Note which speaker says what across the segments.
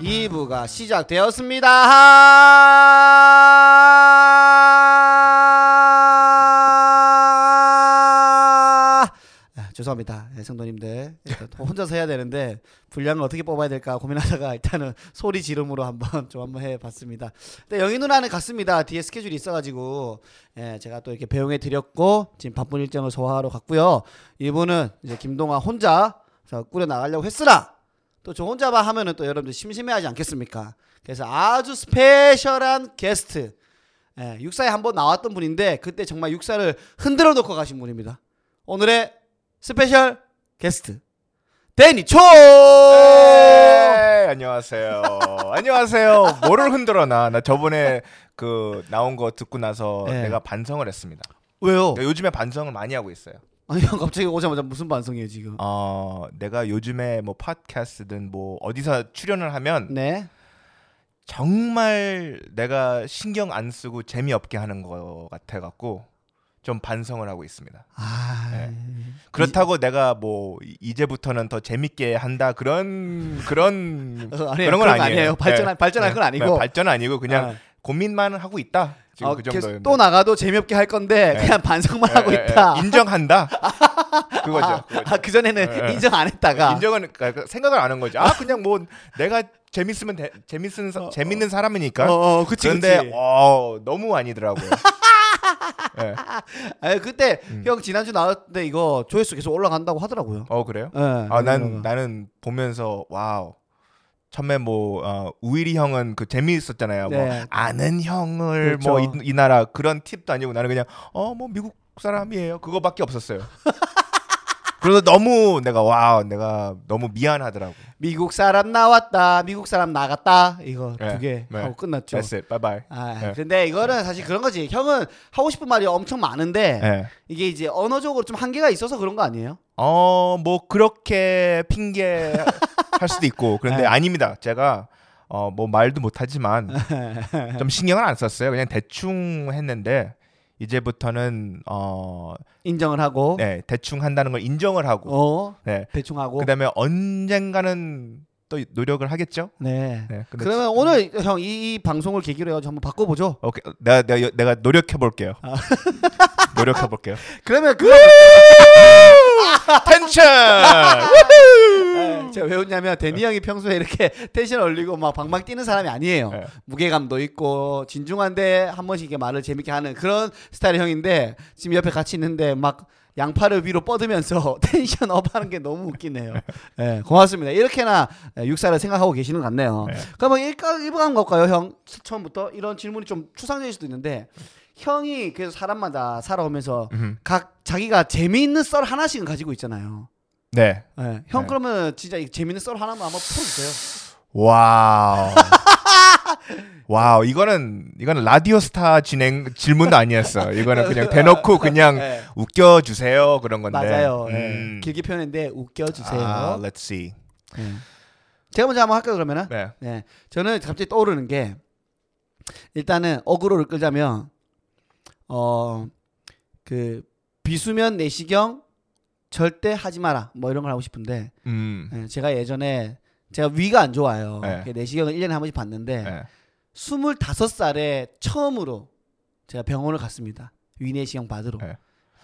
Speaker 1: 자, 시작되었습니다. 아, 죄송합니다. 예, 성도님들. 일단 혼자서 해야 되는데 분량을 어떻게 뽑아야 될까 고민하다가 일단은 소리 지름으로 한번 좀 한번 해봤습니다. 근데 영희 누나는 갔습니다. 뒤에 스케줄이 있어가지고 예, 제가 또 이렇게 배웅해 드렸고 지금 바쁜 일정을 소화하러 갔고요. 이분은 이제 김동아 혼자 꾸려 나가려고 했으나 또 저 혼자만 하면은 또 여러분들 심심해하지 않겠습니까? 그래서 아주 스페셜한 게스트 예, 육사에 한번 나왔던 분인데 그때 정말 육사를 흔들어 놓고 가신 분입니다. 오늘의 스페셜 게스트 데니초
Speaker 2: 에이, 네, 안녕하세요. 안녕하세요. 뭐를 흔들어나? 나 저번에 그 나온 거 듣고 나서
Speaker 1: 네.
Speaker 2: 내가 반성을 했습니다.
Speaker 1: 왜요?
Speaker 2: 내가 요즘에 반성을 많이 하고 있어요.
Speaker 1: 아니 형 갑자기 오자마자 무슨 반성이에요 지금?
Speaker 2: 어, 내가 요즘에 뭐 팟캐스트든 뭐 어디서 출연을 하면
Speaker 1: 네.
Speaker 2: 정말 내가 신경 안 쓰고 재미없게 하는 거 같아 갖고 좀 반성을 하고 있습니다.
Speaker 1: 아,
Speaker 2: 예. 그렇다고 내가 뭐 이- 이제부터는 더 재밌게 한다 그런 그런 예.
Speaker 1: 어, 아니에요. 그런 건 아니에요. 발전할- 발전할 건 아니고.
Speaker 2: 네. 발전 아니고 그냥
Speaker 1: 아.
Speaker 2: 고민만 하고 있다. 지금
Speaker 1: 어,
Speaker 2: 그
Speaker 1: 계속
Speaker 2: 정도.
Speaker 1: 또 나가도 재미없게 할 건데
Speaker 2: 네.
Speaker 1: 그냥 반성만 하고 있다.
Speaker 2: 인정한다. 예. 그거죠. 그거죠.
Speaker 1: 아, 그 전에는
Speaker 2: 네.
Speaker 1: 인정 안 했다가
Speaker 2: 인정은 그러니까 생각을 안 한 거지. 아 그냥 뭐 내가 재밌으면 돼, 재밌은 사, 재밌는 사람이니까.
Speaker 1: 어, 어, 그치,
Speaker 2: 근데
Speaker 1: 그치.
Speaker 2: 어, 너무 아니더라고요. 예.
Speaker 1: 아, 그때
Speaker 2: 음.
Speaker 1: 형 지난주 나왔는데 이거 조회수 계속 올라간다고 하더라고요.
Speaker 2: 어 그래요?
Speaker 1: 예.
Speaker 2: 아 난
Speaker 1: 그래서.
Speaker 2: 나는 보면서 와우. 처음에 뭐 어, 우일이 형은 그 재미있었잖아요.
Speaker 1: 네.
Speaker 2: 뭐 아는 형을 뭐
Speaker 1: 그렇죠.
Speaker 2: 이 나라 그런 팁도 아니고 나는 그냥 어 뭐 미국 사람이에요. 그거밖에 없었어요. 그래서 너무 내가 와우 내가 너무 미안하더라고.
Speaker 1: 미국 사람 나왔다, 미국 사람 나갔다 이거
Speaker 2: 네,
Speaker 1: 두 개
Speaker 2: 네.
Speaker 1: 하고 끝났죠.
Speaker 2: That's it. Bye bye.
Speaker 1: 아,
Speaker 2: 네.
Speaker 1: 근데 이거는 사실 그런 거지. 형은 하고 싶은 말이 엄청 많은데
Speaker 2: 예.
Speaker 1: 이게 이제 언어적으로 좀 한계가 있어서 그런 거 아니에요?
Speaker 2: 어뭐 그렇게 핑계 할 수도 있고 그런데
Speaker 1: 네.
Speaker 2: 아닙니다. 제가 어 뭐 말도 못하지만 좀 신경을 안 썼어요. 그냥 대충 했는데 이제부터는 어
Speaker 1: 인정을 하고,
Speaker 2: 네, 대충 한다는 걸 인정을 하고
Speaker 1: 어,
Speaker 2: 네.
Speaker 1: 대충 하고.
Speaker 2: 그다음에 언젠가는 또 노력을 하겠죠.
Speaker 1: 네.
Speaker 2: 네. 근데
Speaker 1: 그러면 오늘 형 이 방송을 계기로 해가지고 한번 바꿔보죠.
Speaker 2: 오케이. 내가 내가, 내가 노력해 볼게요.
Speaker 1: 아.
Speaker 2: 노력해 볼게요.
Speaker 1: 그러면 그
Speaker 2: 텐션.
Speaker 1: 네, 제가 왜 웃냐면 데니 형이 평소에 이렇게 텐션 올리고 막 방방 뛰는 사람이 아니에요.
Speaker 2: 네.
Speaker 1: 무게감도 있고 진중한데 한 번씩 이렇게 말을 재밌게 하는 그런 스타일 형인데 지금 옆에 같이 있는데 막 양팔을 위로 뻗으면서 텐션 업하는 게 너무 웃기네요. 네, 고맙습니다. 이렇게나 예, 육사를 생각하고 계시는 것 같네요.
Speaker 2: 네.
Speaker 1: 그러면 일가 일부간 걸까요, 형? 처음부터 이런 질문이 좀 추상적일 수도 있는데 형이 그래서 사람마다 살아오면서
Speaker 2: 음,
Speaker 1: 각 자기가 재미있는 썰 하나씩은 가지고 있잖아요.
Speaker 2: 네.
Speaker 1: 네. 형
Speaker 2: 네.
Speaker 1: 그러면 진짜 이 재밌는 썰 하나만 한번 풀어주세요.
Speaker 2: 와우. 와우. 이거는 이거는 라디오 스타 진행 질문도 아니었어. 이거는 그냥 대놓고 그냥
Speaker 1: 네.
Speaker 2: 웃겨 주세요 그런 건데.
Speaker 1: 맞아요.
Speaker 2: 음.
Speaker 1: 네. 길게 표현했는데 웃겨주세요.
Speaker 2: 아, let's see.
Speaker 1: 네. 제가 먼저 한번 할까요 그러면은?
Speaker 2: 예. 네.
Speaker 1: 네. 저는 갑자기 떠오르는 게 일단은 어그로를 끌자면 어그 비수면 내시경 절대 하지 마라 뭐 이런 걸 하고 싶은데
Speaker 2: 음.
Speaker 1: 네, 제가 예전에 제가 위가 안 좋아요.
Speaker 2: 네.
Speaker 1: 내시경을 1년에 한 번씩 봤는데
Speaker 2: 네.
Speaker 1: 25살에 처음으로 제가 병원을 갔습니다. 위내시경 받으러.
Speaker 2: 네.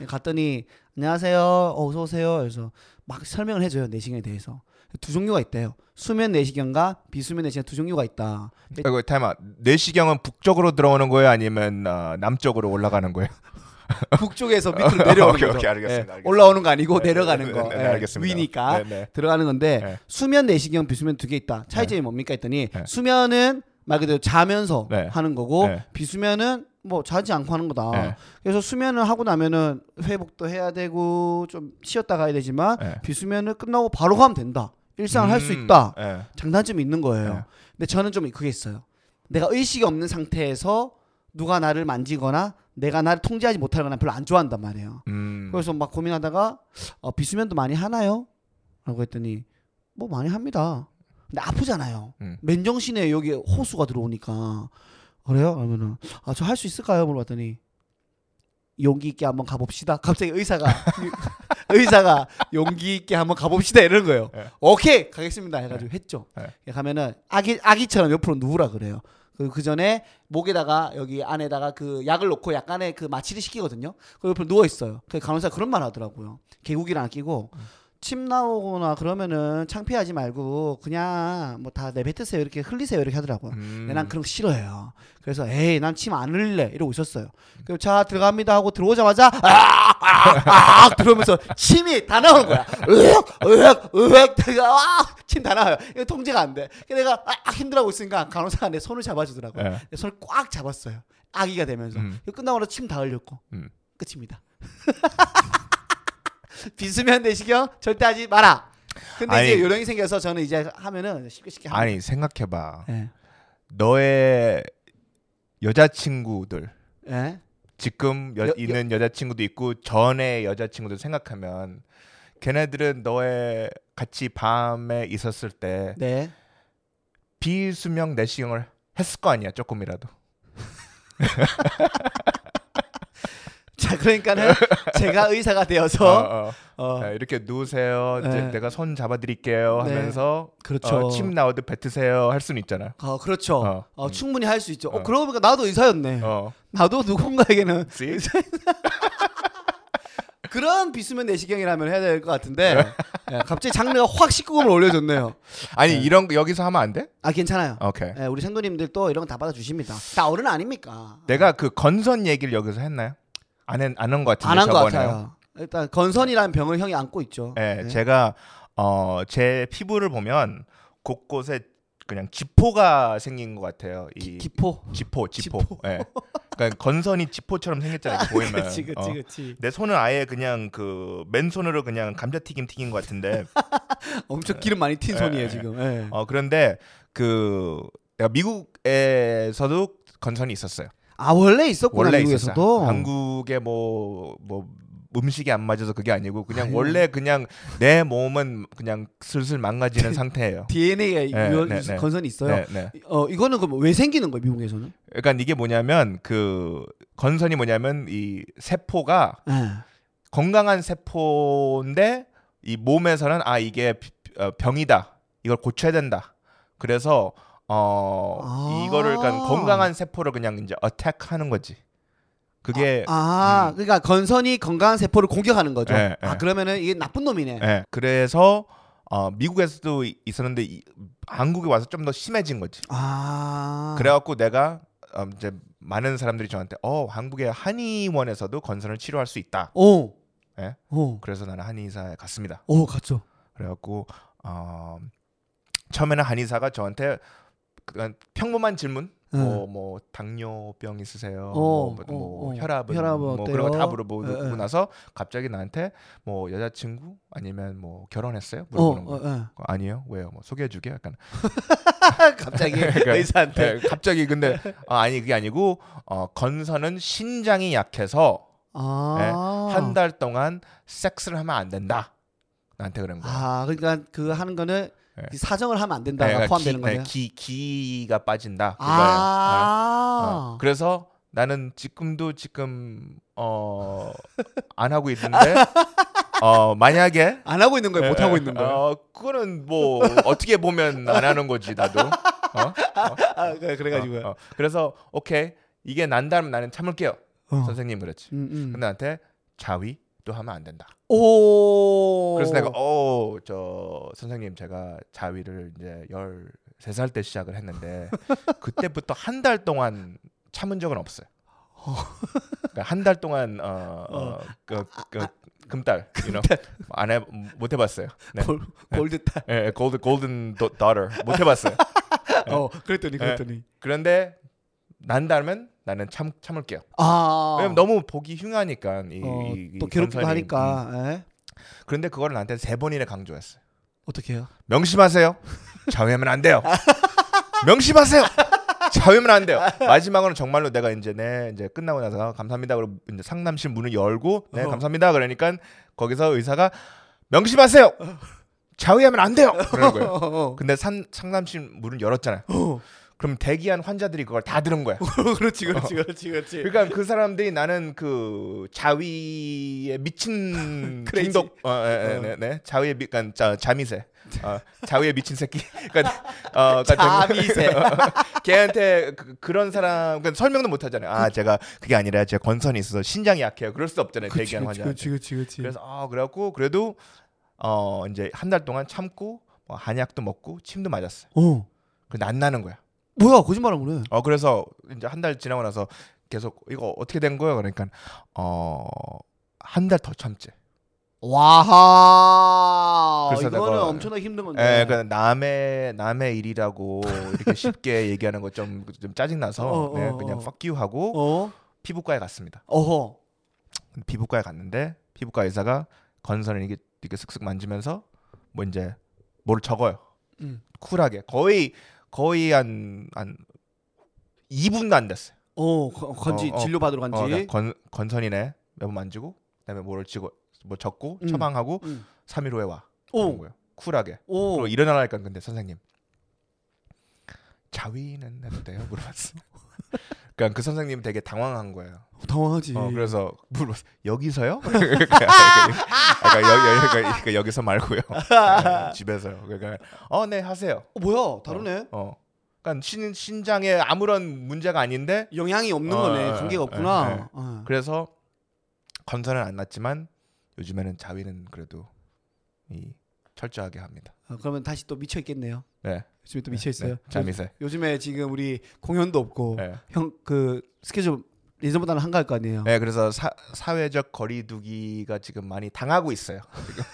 Speaker 1: 갔더니 안녕하세요. 어, 어서 오세요. 그래서 막 설명을 해줘요. 내시경에 대해서. 두 종류가 있대요. 수면 내시경과 비수면 내시경 두 종류가 있다.
Speaker 2: 이거 타이마 뇌시경은 북쪽으로 들어오는 거예요, 아니면 어, 남쪽으로 올라가는 거예요?
Speaker 1: 북쪽에서 밑으로 내려오는
Speaker 2: 오케이,
Speaker 1: 거죠.
Speaker 2: 오케이, 알겠습니다,
Speaker 1: 예,
Speaker 2: 알겠습니다.
Speaker 1: 올라오는 거 아니고
Speaker 2: 네,
Speaker 1: 내려가는
Speaker 2: 네,
Speaker 1: 거.
Speaker 2: 네, 네,
Speaker 1: 예,
Speaker 2: 알겠습니다.
Speaker 1: 위니까
Speaker 2: 네, 네.
Speaker 1: 들어가는 건데
Speaker 2: 네.
Speaker 1: 수면 내시경 비수면 두 개 있다. 차이점이 뭡니까 했더니
Speaker 2: 네.
Speaker 1: 수면은 말 그대로 자면서
Speaker 2: 네.
Speaker 1: 하는 거고
Speaker 2: 네.
Speaker 1: 비수면은 뭐 자지 않고 하는 거다.
Speaker 2: 네.
Speaker 1: 그래서 수면을 하고 나면은 회복도 해야 되고 좀 쉬었다 가야 되지만
Speaker 2: 네.
Speaker 1: 비수면을 끝나고 바로 가면 된다. 일상을 할 수
Speaker 2: 음,
Speaker 1: 있다.
Speaker 2: 예.
Speaker 1: 장단점이 있는 거예요.
Speaker 2: 네.
Speaker 1: 근데 저는 좀 그게 있어요. 내가 의식이 없는 상태에서 누가 나를 만지거나 내가 나를 통제하지 못하거나 별로 안 좋아한단 말이에요.
Speaker 2: 음.
Speaker 1: 그래서 막 고민하다가 어, 비수면도 많이 하나요? 라고 했더니 뭐 많이 합니다. 근데 아프잖아요.
Speaker 2: 음.
Speaker 1: 맨정신에 여기 호수가 들어오니까 그래요? 그러면은 아 저 할 수 있을까요? 물어봤더니 용기 있게 한번 가봅시다. 갑자기 의사가 의사가 용기 있게 한번 가봅시다 이런 거예요.
Speaker 2: 예.
Speaker 1: 오케이 가겠습니다 해가지고 했죠.
Speaker 2: 예.
Speaker 1: 가면은 아기 아기처럼 옆으로 누우라 그래요. 그, 그 전에 목에다가 여기 안에다가 그 약을 놓고 약간의 그 마취를 시키거든요. 그 옆으로 누워 있어요. 그 간호사 그런 말 하더라고요. 개구기를 안 끼고 침 나오거나 그러면은 창피하지 말고 그냥 뭐 다 내뱉으세요 이렇게 흘리세요 이렇게 하더라고요.
Speaker 2: 음.
Speaker 1: 근데 난 그런 거 싫어해요. 그래서 에이 난 침 안 흘릴래 이러고 있었어요. 그리고 자 들어갑니다 하고 들어오자마자 아아아 들어오면서 침이 다 나오는 거야. 으악 으악 으악 내가 아침다 나와요. 이거 통제가 안 돼. 그래서 내가 아, 아, 힘들어하고 있으니까 간호사가 내 손을 잡아주더라고요.
Speaker 2: 예.
Speaker 1: 내 손을 꽉 잡았어요. 아기가 되면서
Speaker 2: 음.
Speaker 1: 이거 끝나고 나서 침 다 흘렸고
Speaker 2: 음.
Speaker 1: 끝입니다. 비수면 내시경 절대 하지 마라. 근데 이제
Speaker 2: 아니.
Speaker 1: 요령이 생겨서 저는 이제 하면은 쉽게 쉽게 합니다.
Speaker 2: 아니 생각해봐.
Speaker 1: 예.
Speaker 2: 너의 여자친구들 네.
Speaker 1: 예.
Speaker 2: 지금 여-
Speaker 1: 여- 여-
Speaker 2: 있는 여자친구도 있고 전에 여자친구도 생각하면 걔네들은 너의 같이 밤에 있었을 때
Speaker 1: 네.
Speaker 2: 비수명 내시경을 했을 거 아니야 조금이라도.
Speaker 1: 자, 그러니까는 제가 의사가 되어서
Speaker 2: 어, 어.
Speaker 1: 어,
Speaker 2: 자, 이렇게 누우세요. 이제
Speaker 1: 네.
Speaker 2: 내가 손 잡아드릴게요
Speaker 1: 네.
Speaker 2: 하면서
Speaker 1: 그렇죠.
Speaker 2: 어, 침 나오듯 뱉으세요 할 수는 있잖아.
Speaker 1: 어, 그렇죠.
Speaker 2: 어,
Speaker 1: 어,
Speaker 2: 음.
Speaker 1: 충분히 할 수 있죠. 어,
Speaker 2: 어.
Speaker 1: 그러고 보니까 나도 의사였네. 네.
Speaker 2: 어,
Speaker 1: 나도 누군가에게는
Speaker 2: See?
Speaker 1: 그런 비수면 내시경이라면 해야 될 것 같은데
Speaker 2: 네.
Speaker 1: 예, 갑자기 장르가 확 19금을 올려줬네요.
Speaker 2: 아니 이런 거 여기서 하면 안 돼?
Speaker 1: 아 괜찮아요.
Speaker 2: 오케이.
Speaker 1: 예, 우리 생도님들 또 이런 거 다 받아주십니다. 다 어른 아닙니까?
Speaker 2: 내가 그 건선 얘기를 여기서 했나요? 안한안한것 같은데
Speaker 1: 안 한 것
Speaker 2: 저번에.
Speaker 1: 같아요. 일단 건선이라는 병을 형이 안고 있죠.
Speaker 2: 예,
Speaker 1: 예.
Speaker 2: 제가 어 제 피부를 보면 곳곳에 그냥 지포가 생긴 것 같아요. 이
Speaker 1: 기, 기포.
Speaker 2: 지포, 지포.
Speaker 1: 지포.
Speaker 2: 예. 그러니까 건선이 지포처럼 생겼잖아요. 이렇게 보이면.
Speaker 1: 그렇지, 그렇지,
Speaker 2: 어.
Speaker 1: 그렇지.
Speaker 2: 내 손은 아예 그냥 그 맨손으로 그냥 감자튀김 튀긴 것 같은데
Speaker 1: 네. 엄청 기름 많이 튄
Speaker 2: 예,
Speaker 1: 손이에요
Speaker 2: 예.
Speaker 1: 지금. 예.
Speaker 2: 네. 어 그런데 그 내가 미국에서도 건선이 있었어요.
Speaker 1: 아 원래 있었구나
Speaker 2: 원래
Speaker 1: 미국에서도.
Speaker 2: 있었어요. 한국에 뭐뭐 음식이 안 맞아서 그게 아니고 그냥
Speaker 1: 아유.
Speaker 2: 원래 그냥 내 몸은 그냥 슬슬 망가지는 상태예요.
Speaker 1: DNA에
Speaker 2: 네,
Speaker 1: 유연
Speaker 2: 네, 네.
Speaker 1: 건선이 있어요.
Speaker 2: 네, 네.
Speaker 1: 어 이거는 그럼 왜 생기는 거예요 미국에서는?
Speaker 2: 그러니까 이게 뭐냐면 그 건선이 뭐냐면 이 세포가
Speaker 1: 예.
Speaker 2: 건강한 세포인데 이 몸에서는 아 이게 비- 어, 병이다. 이걸 고쳐야 된다. 그래서 어
Speaker 1: 아.
Speaker 2: 이거를 그러니까 건강한 세포를 그냥 이제 어택하는 거지. 그게
Speaker 1: 아 그러니까 건선이 건강한 세포를 공격하는 거죠.
Speaker 2: 예,
Speaker 1: 아
Speaker 2: 예.
Speaker 1: 그러면은 이게 나쁜 놈이네.
Speaker 2: 예. 그래서 어, 미국에서도 이- 있었는데 이- 한국에 와서 좀 더 심해진 거지.
Speaker 1: 아
Speaker 2: 그래갖고 내가 어, 이제 많은 사람들이 저한테 어 한국의 한의원에서도 건선을 치료할 수 있다.
Speaker 1: 오.
Speaker 2: 예?
Speaker 1: 오.
Speaker 2: 그래서 나는 한의사에 갔습니다.
Speaker 1: 오 갔죠.
Speaker 2: 그래갖고 어, 처음에는 한의사가 저한테 그냥 평범한 질문,
Speaker 1: 예.
Speaker 2: 뭐, 뭐 당뇨병 있으세요,
Speaker 1: 어,
Speaker 2: 뭐, 뭐
Speaker 1: 어, 어.
Speaker 2: 혈압은,
Speaker 1: 혈압은
Speaker 2: 뭐
Speaker 1: 어때요?
Speaker 2: 그런 거 다 물어보고
Speaker 1: 예, 예.
Speaker 2: 나서 갑자기 나한테 뭐 여자친구 아니면 뭐 결혼했어요?
Speaker 1: 어,
Speaker 2: 물어보는 거.
Speaker 1: 어, 예. 아,
Speaker 2: 아니요 왜요 뭐 소개해주게 약간
Speaker 1: 갑자기
Speaker 2: 그러니까,
Speaker 1: 의사한테.
Speaker 2: 네, 갑자기 근데 아, 아니 그게 아니고 어, 건선은 신장이 약해서
Speaker 1: 아.
Speaker 2: 예, 한 달 동안 섹스를 하면 안 된다 나한테 그런 거예요
Speaker 1: 아 그러니까 그 하는 거는
Speaker 2: 예.
Speaker 1: 이 사정을 하면 안 된다가
Speaker 2: 네,
Speaker 1: 포함되는
Speaker 2: 기,
Speaker 1: 거예요.
Speaker 2: 네, 기, 기가 빠진다 그거예요 네.
Speaker 1: 아.
Speaker 2: 어, 그래서 나는 지금도 지금 어, 안 하고 있는데 어, 만약에
Speaker 1: 안 하고 있는 거예요. 못 하고 있는 거예요.
Speaker 2: 어, 그거는 뭐 어떻게 보면 안 하는 거지 나도. 어? 어?
Speaker 1: 아 그래- 그래가지고요.
Speaker 2: 어, 어. 그래서 오케이 이게 난다면 나는 참을게요.
Speaker 1: 어.
Speaker 2: 선생님 그랬지.
Speaker 1: 음, 음.
Speaker 2: 근데 나한테 자위 또 하면 안 된다.
Speaker 1: 오.
Speaker 2: 그래서 내가 어, 어저 선생님 제가 자위를 이제 13살 때 시작을 했는데 그때부터 한 달 동안 참은 적은 없어요. 그러니까 한 달 동안 어, 어, 그,
Speaker 1: 아,
Speaker 2: 그, 금달, you know, 안해못 해봤어요. 네.
Speaker 1: 골, 골드타.
Speaker 2: 예, 골드 골든 도, daughter 못 해봤어요. 네.
Speaker 1: 어, 그랬더니
Speaker 2: 네.
Speaker 1: 그랬더니.
Speaker 2: 그런데 난다면 나는 참 참을게요.
Speaker 1: 아.
Speaker 2: 왜냐면 너무 보기 흉하니까 이,
Speaker 1: 어,
Speaker 2: 이- 이
Speaker 1: 또 괴롭기도
Speaker 2: 건선이. 음.
Speaker 1: 하니까. 예?
Speaker 2: 그런데 그걸 나한테 세 번이나 강조했어요.
Speaker 1: 어떻게 해요?
Speaker 2: 명심하세요. 자위하면 안 돼요. 명심하세요. 자위하면 안 돼요. 마지막으로 정말로 내가 이제 네 이제 끝나고 나서 감사합니다. 그리고 이제 상담실 문을 열고 네
Speaker 1: 어.
Speaker 2: 감사합니다. 그러니까 거기서 의사가 명심하세요. 자위하면 안 돼요. 그러는 거예요.
Speaker 1: 어, 어.
Speaker 2: 근데 산, 상담실 문을 열었잖아요.
Speaker 1: 어.
Speaker 2: 그럼 대기한 환자들이 그걸 다 들은 거야.
Speaker 1: 그렇지 그렇지 그렇지 그렇지.
Speaker 2: 그러니까 그 사람들이 나는 그 자위에 미친
Speaker 1: 크레이지.
Speaker 2: 중독, 어, 예, 예, 네, 네. 자위에 미, 그러니까 자, 자미새, 어, 자위에 미친 새끼, 그러니까 어, 그러니까 좀-
Speaker 1: 자미새.
Speaker 2: 걔한테 그, 런 사람, 그러니까 설명도 못 하잖아요. 아, 제가 그게 아니라 제가 건선이 있어서 신장이 약해요. 그럴 수 없잖아요.
Speaker 1: 그렇지
Speaker 2: 대기한
Speaker 1: 그렇지
Speaker 2: 환자.
Speaker 1: 그렇지 그렇지 그렇지.
Speaker 2: 그래서 아 그래갖고 그래도 어 이제 한 달 동안 참고 뭐 한약도 먹고 침도 맞았어요.
Speaker 1: 어
Speaker 2: 근데 안 나는 거야.
Speaker 1: 뭐야 거짓말을 그래.
Speaker 2: 어 그래서 이제 한 달 지나고 나서 계속 이거 어떻게 된 거야? 그러니까 어한 달 더 참지.
Speaker 1: 와하.
Speaker 2: 그래서
Speaker 1: 이거는
Speaker 2: 내가-
Speaker 1: 엄청나게 힘든 건데.
Speaker 2: 예, 그 남의 남의 일이라고 이렇게 쉽게 얘기하는 거 좀 좀 짜증 나서 네,
Speaker 1: 어, 어, 어.
Speaker 2: 그냥 fuck you 하고
Speaker 1: 어
Speaker 2: 피부과에 갔습니다.
Speaker 1: 어허.
Speaker 2: 근데 피부과에 갔는데 피부과 의사가 건선을 이게 이렇게 슥슥 만지면서 뭐 이제 뭘 적어요.
Speaker 1: 음.
Speaker 2: 쿨하게 거의 거의 한한 2분도 안 됐어요.
Speaker 1: 어 네. 거- 건지
Speaker 2: 어, 어.
Speaker 1: 진료 받으러 간지.
Speaker 2: 어, 그러니까 건 건선이네. 몇번 만지고 그다음에 뭐를 치고 뭐 적고
Speaker 1: 음.
Speaker 2: 처방하고
Speaker 1: 음. 어.
Speaker 2: 3일 후에 와. 그런
Speaker 1: 오
Speaker 2: 거예요. 쿨하게.
Speaker 1: 오.
Speaker 2: 그리고 일어나라니까 근데 선생님 자위는 해도 돼요? 물어봤어. 그러니까 그 선생님 되게 당황한 거예요.
Speaker 1: 당황하지.
Speaker 2: 어, 그래서 물어봤어. 여기서요? 그러니까, 여, 여, 그러니까 여기서 말고요. 집에서요. 그러니까 어 네 하세요.
Speaker 1: 어, 뭐야 다르네.
Speaker 2: 어. 그러니까 신, 신장에 아무런 문제가 아닌데
Speaker 1: 영향이 없는
Speaker 2: 어,
Speaker 1: 거네.
Speaker 2: 어,
Speaker 1: 관계가
Speaker 2: 어,
Speaker 1: 없구나.
Speaker 2: 어,
Speaker 1: 어.
Speaker 2: 그래서 건선은 안 났지만 요즘에는 자위는 그래도 이 철저하게 합니다.
Speaker 1: 어, 그러면 다시 또 미쳐 있겠네요.
Speaker 2: 네.
Speaker 1: 요즘에 또 미쳐 있어요.
Speaker 2: 네, 자미세.
Speaker 1: 요즘에 지금 우리 공연도 없고
Speaker 2: 네.
Speaker 1: 형 그 스케줄 예전보다는 한가할 거 아니에요.
Speaker 2: 네, 그래서 사, 사회적 거리두기가 지금 많이 당하고 있어요. 지금.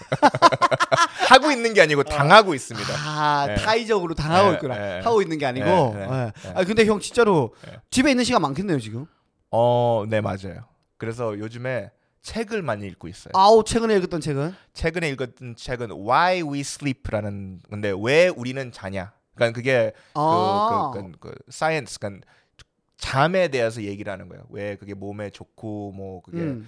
Speaker 2: 하고 있는 게
Speaker 1: 어.
Speaker 2: 아니고 당하고 있습니다.
Speaker 1: 아
Speaker 2: 네.
Speaker 1: 타이적으로 당하고
Speaker 2: 네,
Speaker 1: 있구나.
Speaker 2: 네, 네.
Speaker 1: 하고 있는 게 아니고.
Speaker 2: 네, 네,
Speaker 1: 예.
Speaker 2: 네.
Speaker 1: 아 근데 형 진짜로
Speaker 2: 네.
Speaker 1: 집에 있는 시간 많겠네요 지금.
Speaker 2: 어, 네 맞아요. 그래서 요즘에 책을 많이 읽고 있어요.
Speaker 1: 아우 최근에 읽었던 책은
Speaker 2: 그, 최근에 읽었던 책은 Why We Sleep라는 근데 왜 우리는 자냐? 그러니까 그게
Speaker 1: 아.
Speaker 2: 그, 그, 그, 그 사이언스 그러니까 잠에 대해서 얘기를 하는 거예요. 왜 그게 몸에 좋고 뭐 그게
Speaker 1: 음.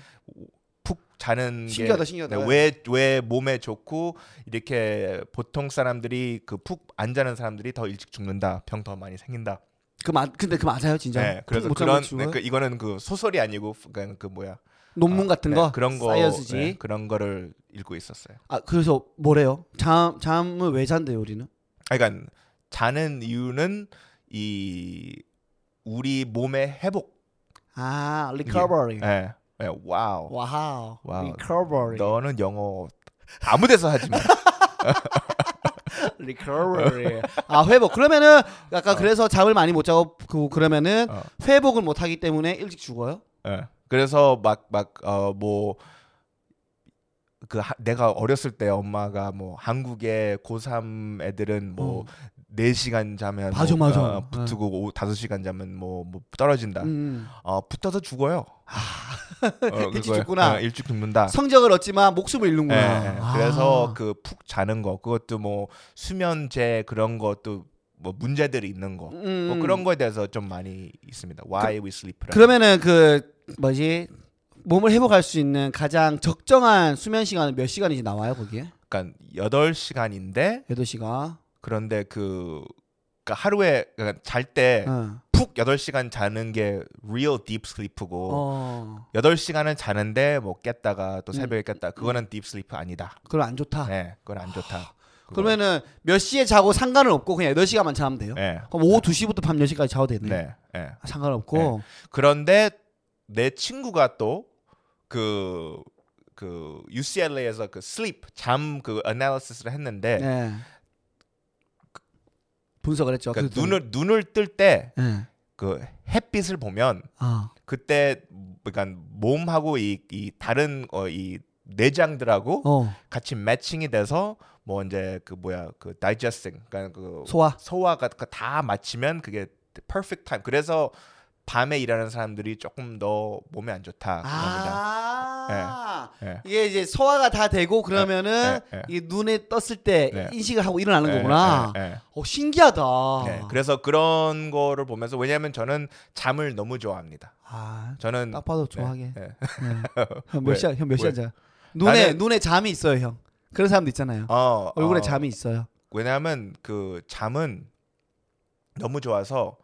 Speaker 2: 푹 자는
Speaker 1: 신기하다
Speaker 2: 게 네,
Speaker 1: 신기하다.
Speaker 2: 왜 왜 몸에 좋고 이렇게 보통 사람들이 그 푹 안 자는 사람들이 더 일찍 죽는다, 병 더 많이 생긴다.
Speaker 1: 그 마, 근데 그 맞아요 진짜.
Speaker 2: 네, 그래서
Speaker 1: 못
Speaker 2: 그런
Speaker 1: 잠그고
Speaker 2: 네, 그 이거는 그 소설이 아니고 그러니까 그 뭐야
Speaker 1: 논문
Speaker 2: 아,
Speaker 1: 같은
Speaker 2: 네,
Speaker 1: 거.
Speaker 2: 그런 거
Speaker 1: 사이언스지.
Speaker 2: 네, 그런 거를 읽고 있었어요.
Speaker 1: 아 그래서 뭐래요? 잠 잠은 왜 잔대요 우리는?
Speaker 2: 아, 그러니까 자는 이유는 이 우리 몸의 회복.
Speaker 1: 아 recovery.
Speaker 2: 네, 네, 와우.
Speaker 1: 와우.
Speaker 2: 와우.
Speaker 1: recovery.
Speaker 2: 너는 영어 아무 데서 하지 마.
Speaker 1: recovery. 아 회복. 그러면은 아까 그래서 잠을 많이 못 자고 그 그러면은
Speaker 2: 어.
Speaker 1: 회복을 못 하기 때문에 일찍 죽어요?
Speaker 2: 예. 그래서 막 막 어 뭐 그 내가 어렸을 때 엄마가 뭐 한국의 고3 애들은 뭐
Speaker 1: 어.
Speaker 2: 네시간 자면
Speaker 1: 맞아,
Speaker 2: 뭐,
Speaker 1: 맞아. 예.
Speaker 2: 어, 붙고 오, 5시간 자면 뭐, 뭐 떨어진다.
Speaker 1: 음. 아.
Speaker 2: 어 붙어서 죽어요. 어,
Speaker 1: 일찍
Speaker 2: 그거예요.
Speaker 1: 죽구나.
Speaker 2: 어, 일찍 죽는다.
Speaker 1: 성적을 얻지만 목숨을
Speaker 2: 예,
Speaker 1: 잃는구나.
Speaker 2: 예.
Speaker 1: 아.
Speaker 2: 그래서 그 푹 자는 거 그것도 뭐 수면제 그런 것도 뭐 문제들이 있는 거.
Speaker 1: 음. 그
Speaker 2: 뭐 그런 거에 대해서 좀 많이 있습니다. Why we sleep라는.
Speaker 1: 그러면은 그 뭐지 몸을 회복할 수 있는 가장 적정한 수면 시간은 몇 시간인지 나와요 거기에?
Speaker 2: 그러니까 8시간인데
Speaker 1: 8 시간.
Speaker 2: 그런데 그 그러니까 하루에 그러니까 잘때푹
Speaker 1: 응.
Speaker 2: 8시간 자는 게 real deep sleep고
Speaker 1: 어.
Speaker 2: 8시간은 자는데 뭐 깼다가 또
Speaker 1: 음.
Speaker 2: 새벽에 깼다. 그거는 deep sleep 아니다.
Speaker 1: 그럼 안 좋다.
Speaker 2: 네. 그건 안 좋다. 그거.
Speaker 1: 아, 그러면은 몇 시에 자고 상관은 없고 그냥 8시간만 자면 돼요?
Speaker 2: 네.
Speaker 1: 그럼 오후 2시부터 밤 10시까지 자도 되네.
Speaker 2: 네. 네.
Speaker 1: 아, 상관없고.
Speaker 2: 그런데 내 친구가 또 그 그 UCLA에서 그 sleep 잠 그 analysis를 했는데
Speaker 1: 네. 분석을 했죠.
Speaker 2: 그러니까
Speaker 1: 그랬더니.
Speaker 2: 눈을 눈을 뜰 때 그
Speaker 1: 네.
Speaker 2: 햇빛을 보면
Speaker 1: 아.
Speaker 2: 그때 그러니까 몸하고 이, 이 다른 어, 이 내장들하고
Speaker 1: 어.
Speaker 2: 같이 매칭이 돼서 뭐 이제 그 뭐야 그 다이제스팅 그러니까 그
Speaker 1: 소화.
Speaker 2: 소화가 그 다 맞추면 그게 perfect time. 그래서 밤에 일하는 사람들이 조금 더 몸에 안 좋다 그겁니다.
Speaker 1: 아.
Speaker 2: 예. 예.
Speaker 1: 이게 이제 소화가 다 되고 그러면은
Speaker 2: 예, 예, 예.
Speaker 1: 이게 눈에 떴을 때
Speaker 2: 네.
Speaker 1: 인식을 하고 일어나는
Speaker 2: 예,
Speaker 1: 거구나. 아.
Speaker 2: 예, 예.
Speaker 1: 어, 신기하다.
Speaker 2: 네, 그래서 그런 거를 보면서 왜냐하면 저는 잠을 너무 좋아합니다.
Speaker 1: 아.
Speaker 2: 저는
Speaker 1: 딱 봐도 좋아하게. 예.
Speaker 2: 네.
Speaker 1: 형몇
Speaker 2: 왜?
Speaker 1: 시간 형몇
Speaker 2: 왜?
Speaker 1: 시간 자? 눈에
Speaker 2: 나는-
Speaker 1: 눈에 잠이 있어요, 형. 그런 사람도 있잖아요.
Speaker 2: 어,
Speaker 1: 얼굴에
Speaker 2: 어,
Speaker 1: 잠이 있어요.
Speaker 2: 왜냐하면 그 잠은 너무 좋아서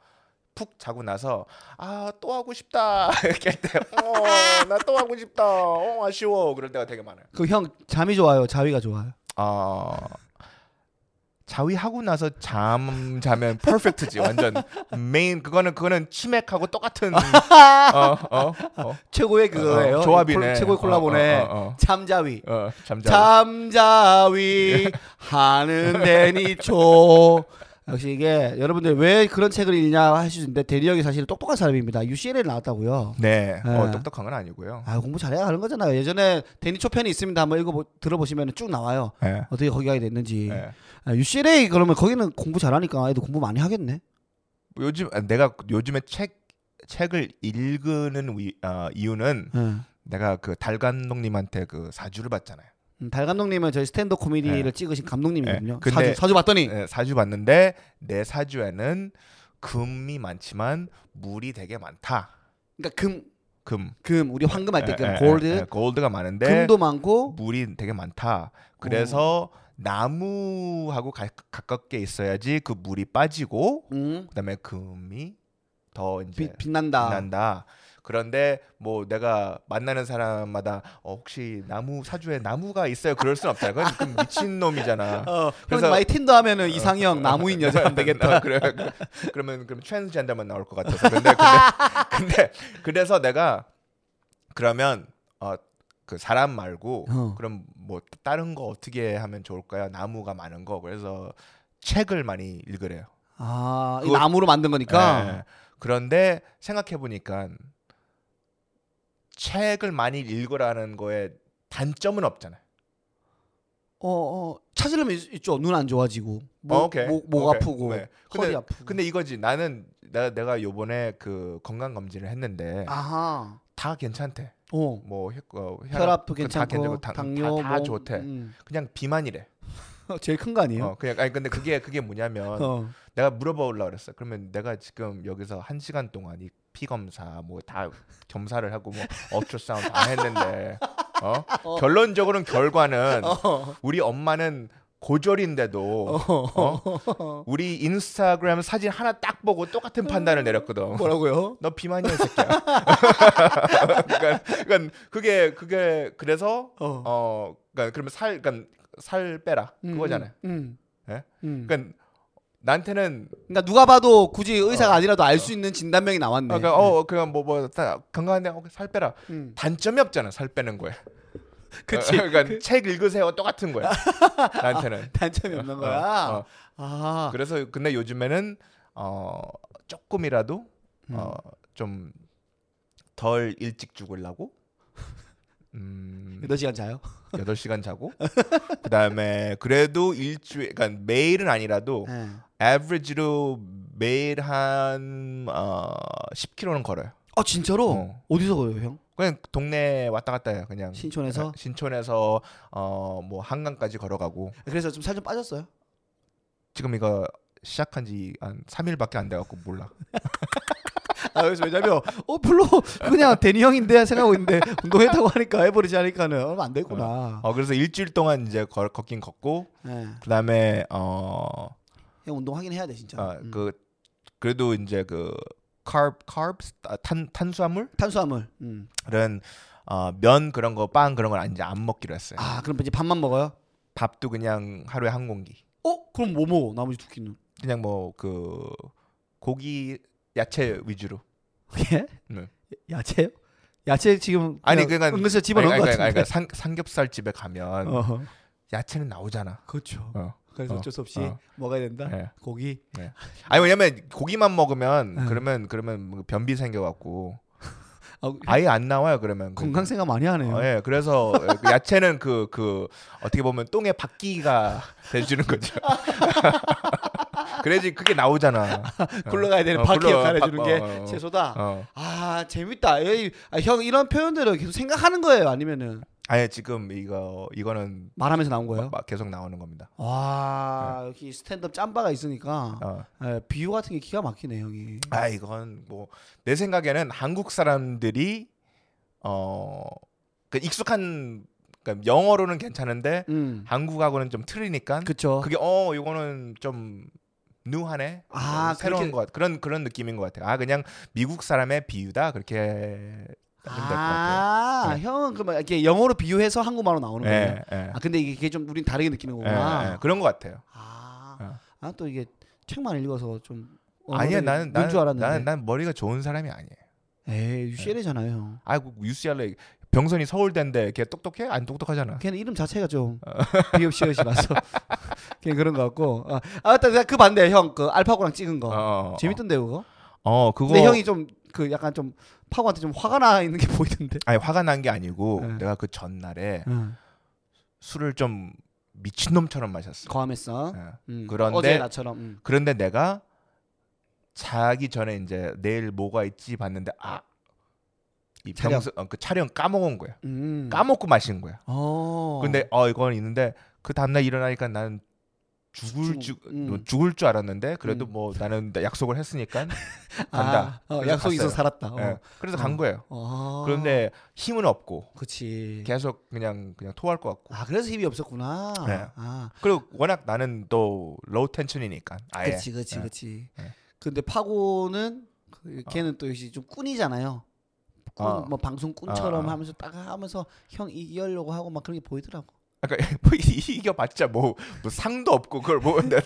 Speaker 2: 푹 자고 나서 아 또 하고 싶다 이렇게 할 때 어 나 또 하고 싶다 어 아쉬워 그럴 때가 되게 많아요.
Speaker 1: 그 형 잠이 좋아요. 자위가 좋아요.
Speaker 2: 아 자위하고 나서 잠 자면 퍼펙트지 완전 메인 그거는 그거는 치맥하고 똑같은 어, 어, 어.
Speaker 1: 최고의 그거예요.
Speaker 2: 어, 조합이네.
Speaker 1: 콜- 최고의 콜라보네.
Speaker 2: 어, 어,
Speaker 1: 잠자위.
Speaker 2: 어, 어. 잠자.
Speaker 1: 잠자위 하는 데니 초 역시 이게 여러분들 왜 그런 책을 읽냐 하실 수 있는데 대리 형이 사실 똑똑한 사람입니다. UCL에 나왔다고요.
Speaker 2: 네. 어,
Speaker 1: 예.
Speaker 2: 똑똑한 건 아니고요.
Speaker 1: 아 공부 잘해야 하는 거잖아요. 예전에 데니초 편이 있습니다. 한번 읽어 들어보시면 쭉 나와요.
Speaker 2: 예.
Speaker 1: 어떻게 거기 가게 됐는지.
Speaker 2: 예.
Speaker 1: 아, UCLA 그러면 거기는 공부 잘하니까 애도 공부 많이 하겠네.
Speaker 2: 요즘 아, 내가 요즘에 책 책을 읽는 위, 어, 이유는
Speaker 1: 예.
Speaker 2: 내가 그 달 감독님한테 그 사주를 봤잖아요.
Speaker 1: 음, 달 감독님은 저희 스탠드 코미디를
Speaker 2: 네.
Speaker 1: 찍으신 감독님이거든요.
Speaker 2: 네. 근데-
Speaker 1: 사주 사주 봤더니
Speaker 2: 예, 사주 봤는데 내 사주에는 금이 많지만 물이 되게 많다.
Speaker 1: 그러니까 금 금
Speaker 2: 금.
Speaker 1: 우리 황금 할 때 아, 네, 금
Speaker 2: 예, 예,
Speaker 1: 골드
Speaker 2: 예, 골드가 많은데
Speaker 1: 금도 많고
Speaker 2: 물이 되게 많다. 그래서 나무하고 가, 가깝게 있어야지 그 물이 빠지고
Speaker 1: 음,
Speaker 2: 그다음에 금이 더 이제
Speaker 1: 빛, 빛난다.
Speaker 2: 네. 빛난다. 그런데 뭐 내가 만나는 사람마다 어, 혹시 나무 사주에 나무가 있어요? 그럴 순 없잖아. 그건 좀 미친 놈이잖아.
Speaker 1: 어,
Speaker 2: 그래서- 어.
Speaker 1: 형 마이 틴더 하면은 이상형 나무인 여자 하면 되겠다.
Speaker 2: 그래. 그- 그러면 그럼 트랜스젠더만 나올 것 같아서. 근데 근데 근데 그래서 내가 그러면 어 그 사람 말고
Speaker 1: 어.
Speaker 2: 그럼 뭐 다른 거 어떻게 하면 좋을까요? 나무가 많은 거. 그래서 책을 많이 읽으래요.
Speaker 1: 아, 이
Speaker 2: 그거-
Speaker 1: 나무로 만든 거니까.
Speaker 2: 예. 그런데 생각해 보니까 책을 많이 읽으라는 거에 단점은 없잖아요.
Speaker 1: 어, 어, 찾으려면 있, 있죠. 눈 안 좋아지고, 목,
Speaker 2: 어, 오케이.
Speaker 1: 목, 목
Speaker 2: 오케이.
Speaker 1: 아프고,
Speaker 2: 네. 근데-
Speaker 1: 허리 아프고.
Speaker 2: 근데 이거지. 나는 나, 내가 요번에 그 건강 검진을 했는데
Speaker 1: 아하,
Speaker 2: 다 괜찮대.
Speaker 1: 어,
Speaker 2: 뭐 혈, 어, 혈압,
Speaker 1: 혈압도
Speaker 2: 다
Speaker 1: 괜찮고,
Speaker 2: 괜찮고 당-
Speaker 1: 당뇨
Speaker 2: 다- 다
Speaker 1: 뭐,
Speaker 2: 좋대.
Speaker 1: 음.
Speaker 2: 그냥 비만이래.
Speaker 1: 제일 큰 거 아니에요?
Speaker 2: 어, 그냥 아니 근데 그게 그게 뭐냐면
Speaker 1: 어.
Speaker 2: 내가 물어보려고 그랬어. 그러면 내가 지금 여기서 한 시간 동안 이 피 검사 뭐 다 검사를 하고 뭐 울트라사운드 다 했는데 어?
Speaker 1: 어.
Speaker 2: 결론적으로는 결과는
Speaker 1: 어.
Speaker 2: 우리 엄마는 고졸인데도
Speaker 1: 어.
Speaker 2: 우리 인스타그램 사진 하나 딱 보고 똑같은 판단을 내렸거든.
Speaker 1: 뭐라고요?
Speaker 2: 너 비만이야 이 새끼야. 그러니까, 그러니까 그게 그게 그래서
Speaker 1: 어.
Speaker 2: 어 그러니까 그러면 살 그러니까 살 빼라
Speaker 1: 음,
Speaker 2: 그거잖아요.
Speaker 1: 음.
Speaker 2: 예?
Speaker 1: 음. 그러니까,
Speaker 2: 그러니까 나한테는
Speaker 1: 누가 봐도 굳이 의사가
Speaker 2: 어.
Speaker 1: 아니라도 알 수 있는 진단명이 나왔네.
Speaker 2: 아, 그러니까 어 그냥 뭐뭐 건강한데 어, 살 빼라
Speaker 1: 음.
Speaker 2: 단점이 없잖아 살 빼는 거에.
Speaker 1: 그치.
Speaker 2: 그러니까 책 읽으세요 똑같은 거야. 나한테는.
Speaker 1: 단점이 없는 거야.
Speaker 2: 어, 어.
Speaker 1: 아,
Speaker 2: 그래서 근데 요즘에는 어 조금이라도
Speaker 1: 음.
Speaker 2: 어 좀 덜 일찍 죽으려고 음
Speaker 1: 8시간 자요?
Speaker 2: 여덟 시간 자고 그다음에 그래도 일주일 그러니까 매일은 아니라도
Speaker 1: 네.
Speaker 2: 에버리지로 매일 한 어, 10km는 걸어요.
Speaker 1: 아 진짜로?
Speaker 2: 어.
Speaker 1: 어. 디서 걸어요 형?
Speaker 2: 그냥 동네 왔다 갔다 해요. 그냥 네,
Speaker 1: 신촌에서?
Speaker 2: 아, 신촌에서 어뭐 한강까지 걸어가고
Speaker 1: 그래서 좀 살 좀 빠졌어요?
Speaker 2: 지금 이거 시작한 지 한 3일밖에 안 돼 갖고 몰라.
Speaker 1: 아 그래서 왜냐면 어 별로 그냥 데니 형인데 생각하고 있는데 운동했다고 하니까 해버리지 하니까는 얼마 안 됐구나
Speaker 2: 어 그래서 일주일 동안 이제 걸, 걷긴 걷고
Speaker 1: 예.
Speaker 2: 그다음에 어
Speaker 1: 형 운동하긴 해야 돼 진짜
Speaker 2: 아,
Speaker 1: 음.
Speaker 2: 그 그래도 이제 그 carb carbs 아, 탄 탄수화물
Speaker 1: 탄수화물 음.
Speaker 2: 그런 어, 면 그런 거 빵 그런 건 이제 안 먹기로 했어요.
Speaker 1: 아 그럼 이제 밥만 먹어요?
Speaker 2: 밥도 그냥 하루에 한 공기.
Speaker 1: 어? 그럼 뭐 먹어 나머지 두 끼는?
Speaker 2: 그냥 뭐 그 고기 야채 위주로.
Speaker 1: 예?
Speaker 2: 네.
Speaker 1: 야채요? 야채 지금
Speaker 2: 아니,
Speaker 1: 그냥
Speaker 2: 그러니까-
Speaker 1: 은근슬 집어넣은 거
Speaker 2: 아니, 아니,
Speaker 1: 같은데
Speaker 2: 아니, 그러니까 삼, 삼겹살 집에 가면
Speaker 1: 어.
Speaker 2: 야채는 나오잖아.
Speaker 1: 그렇죠
Speaker 2: 어.
Speaker 1: 그래서
Speaker 2: 어,
Speaker 1: 어쩔 수 없이
Speaker 2: 어.
Speaker 1: 먹어야 된다
Speaker 2: 예.
Speaker 1: 고기
Speaker 2: 아니 왜냐면 고기만 먹으면
Speaker 1: 응.
Speaker 2: 그러면 그러면 뭐 변비 생겨갖고
Speaker 1: 아,
Speaker 2: 아예 안 나와요 그러면.
Speaker 1: 건강 생각 많이 하네요
Speaker 2: 어, 예, 그래서 그 야채는 그 그 어떻게 보면 똥의 바퀴가 돼주는 거죠. 그래야지 그게 나오잖아.
Speaker 1: 굴러가야 되는
Speaker 2: 어,
Speaker 1: 바퀴
Speaker 2: 굴러-
Speaker 1: 역할을
Speaker 2: 바-
Speaker 1: 해주는
Speaker 2: 어,
Speaker 1: 게
Speaker 2: 어, 어.
Speaker 1: 채소다.
Speaker 2: 어.
Speaker 1: 아 재밌다. 에이, 아, 형 이런 표현들을 계속 생각하는 거예요, 아니면은
Speaker 2: 아예 지금 이거 이거는
Speaker 1: 말하면서 나온 거예요?
Speaker 2: 막- 막 계속 나오는 겁니다.
Speaker 1: 와
Speaker 2: 네.
Speaker 1: 여기 스탠드업 짬바가 있으니까
Speaker 2: 어.
Speaker 1: 예, 비유 같은 게 기가 막히네 형이.
Speaker 2: 아 이건 뭐 내 생각에는 한국 사람들이 어, 어그 익숙한 그러니까 영어로는 괜찮은데
Speaker 1: 음,
Speaker 2: 한국하고는 좀 틀리니까
Speaker 1: 그쵸.
Speaker 2: 그게 어 이거는 어, 좀 뉴한의
Speaker 1: 아,
Speaker 2: 어,
Speaker 1: 그렇게-
Speaker 2: 새로운 것 그런 그런 느낌인 것 같아요. 아 그냥 미국 사람의 비유다 그렇게 하면 될 것 같아요.
Speaker 1: 아,
Speaker 2: 네.
Speaker 1: 형은 그막 이렇게 영어로 비유해서 한국말로 나오는 거예요.
Speaker 2: 예, 예,
Speaker 1: 아, 근데 이게- 이게 좀 우린 다르게 느끼는
Speaker 2: 예,
Speaker 1: 거구나.
Speaker 2: 예, 그런 것 같아요.
Speaker 1: 아,
Speaker 2: 어.
Speaker 1: 아, 또 이게 책만 읽어서 좀
Speaker 2: 아니야 나는 나는
Speaker 1: 는줄 알았는데.
Speaker 2: 나는 네. 난 머리가 좋은 사람이 아니에요.
Speaker 1: 에이, UCL이잖아요, 형.
Speaker 2: 아이고 그 UCLA 병선이 서울대인데 걔 똑똑해? 안 똑똑하잖아.
Speaker 1: 걔는 이름 자체가 좀 비읍시옷이라서 그냥 그런 거 같고. 아, 아 맞다, 내가 그 봤네, 형. 그 알파고랑 찍은 거.
Speaker 2: 어,
Speaker 1: 재밌던데 그거?
Speaker 2: 어 그거
Speaker 1: 근데 형이 좀 그 약간 좀 파고한테 좀 화가 나 있는 게 보이던데.
Speaker 2: 아니 화가 난 게 아니고
Speaker 1: 네.
Speaker 2: 내가 그 전날에
Speaker 1: 응.
Speaker 2: 술을 좀 미친놈처럼 마셨어.
Speaker 1: 과음했어.
Speaker 2: 예.
Speaker 1: 음.
Speaker 2: 그런데-
Speaker 1: 어제 나처럼. 음.
Speaker 2: 그런데 내가 자기 전에 이제 내일 뭐가 있지 봤는데 아이
Speaker 1: 촬영.
Speaker 2: 병선 어, 그 촬영 까먹은 거야.
Speaker 1: 음.
Speaker 2: 까먹고 마신 거야.
Speaker 1: 어.
Speaker 2: 근데 어 이건 있는데 그 다음날 일어나니까 난 죽을
Speaker 1: 죽-
Speaker 2: 줄뭐
Speaker 1: 음.
Speaker 2: 죽을 줄 알았는데 그래도
Speaker 1: 음.
Speaker 2: 뭐 나는 약속을 했으니까
Speaker 1: 아,
Speaker 2: 간다.
Speaker 1: 어,
Speaker 2: 그래서
Speaker 1: 약속 있어
Speaker 2: 갔어요.
Speaker 1: 살았다. 어.
Speaker 2: 예. 그래서 간
Speaker 1: 어. 예.
Speaker 2: 거예요.
Speaker 1: 아.
Speaker 2: 그런데 힘은 없고
Speaker 1: 그치.
Speaker 2: 계속 그냥 그냥 토할 것 같고
Speaker 1: 아 그래서 힘이 없었구나.
Speaker 2: 네.
Speaker 1: 아
Speaker 2: 그리고 워낙 나는 또 로우 텐션이니까 아예
Speaker 1: 그치 그치
Speaker 2: 예.
Speaker 1: 그치.
Speaker 2: 예.
Speaker 1: 근데 파고는 그- 걔는 또 역시 좀 꾼이잖아요. 꾼,
Speaker 2: 어.
Speaker 1: 뭐 방송꾼처럼
Speaker 2: 어, 어.
Speaker 1: 하면서 딱 하면서 형 이기려고 하고 막 그런 게 보이더라고.
Speaker 2: 아까 뭐 이겨봤자 뭐, 뭐 상도 없고 그걸 뭐 나는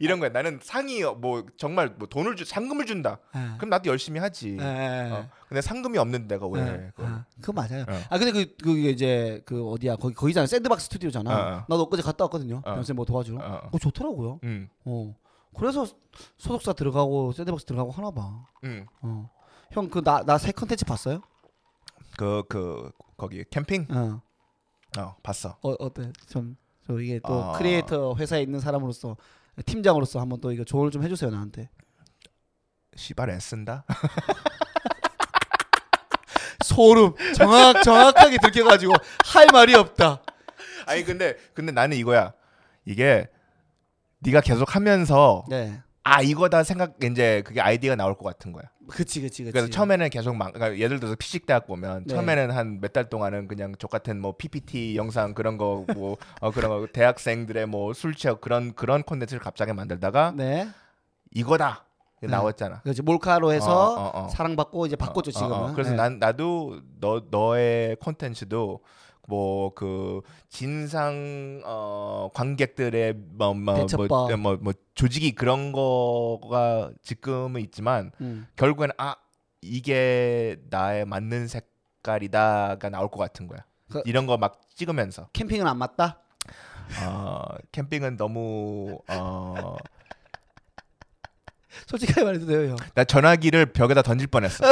Speaker 2: 이런 거야 나는 상이 뭐 정말 뭐 돈을 주 상금을 준다
Speaker 1: 예.
Speaker 2: 그럼 나도 열심히 하지
Speaker 1: 예.
Speaker 2: 어. 근데 상금이 없는 데가 왜
Speaker 1: 예.
Speaker 2: 어, 그걸-
Speaker 1: 아, 그거 맞아요.
Speaker 2: 어.
Speaker 1: 아 근데 그 그게 이제 그 어디야 거기 거기잖아 샌드박스 스튜디오잖아.
Speaker 2: 어, 어.
Speaker 1: 나도 엊그제 갔다 왔거든요.
Speaker 2: 어.
Speaker 1: 연세 뭐 도와주러.
Speaker 2: 어, 어.
Speaker 1: 어 좋더라고요.
Speaker 2: 음,
Speaker 1: 어 그래서 소속사 들어가고 샌드박스 들어가고 하나 봐.
Speaker 2: 음.
Speaker 1: 어. 형 그 나 나 새 컨텐츠 봤어요?
Speaker 2: 그, 그 거기 캠핑
Speaker 1: 어.
Speaker 2: 어 봤어
Speaker 1: 어 어때? 좀저 이게 또
Speaker 2: 아.
Speaker 1: 크리에이터 회사에 있는 사람으로서 팀장으로서 한번 또 이거 조언을 좀 해주세요 나한테.
Speaker 2: 씨발 애쓴다
Speaker 1: 소름 정확 정확하게 들켜가지고 할 말이 없다.
Speaker 2: 아니 근데 근데 나는 이거야 이게 네가 계속 하면서
Speaker 1: 네.
Speaker 2: 아 이거다 생각 이제 그게 아이디어가 나올 것 같은 거야
Speaker 1: 그치 그치 그치.
Speaker 2: 그래서 처음에는 계속 막 그러니까 예를 들어서 피식 대학 보면
Speaker 1: 네.
Speaker 2: 처음에는 한 몇 달 동안은 그냥 족 같은 뭐 PPT 영상 그런 거뭐 어, 그런 거 대학생들의 뭐 술 취업 그런 그런 콘텐츠를 갑자기 만들다가
Speaker 1: 네.
Speaker 2: 이거다 이게
Speaker 1: 네.
Speaker 2: 나왔잖아.
Speaker 1: 그렇지 몰카로 해서
Speaker 2: 어, 어, 어.
Speaker 1: 사랑받고 이제 바꿨죠
Speaker 2: 어, 어,
Speaker 1: 지금은.
Speaker 2: 어. 그래서
Speaker 1: 네.
Speaker 2: 난 나도 너 너의 콘텐츠도 뭐 그 진상 어 관객들의 뭐,
Speaker 1: 대처법.
Speaker 2: 뭐뭐뭐뭐 뭐, 뭐 조직이 그런 거가 지금은 있지만
Speaker 1: 음.
Speaker 2: 결국엔 아 이게 나의 맞는 색깔이다가 나올 것 같은 거야.
Speaker 1: 그-
Speaker 2: 이런 거 막 찍으면서
Speaker 1: 캠핑은 안 맞다.
Speaker 2: 어, 캠핑은 너무 어,
Speaker 1: 솔직하게 말해도 돼요 형.
Speaker 2: 나 전화기를 벽에다 던질 뻔했어.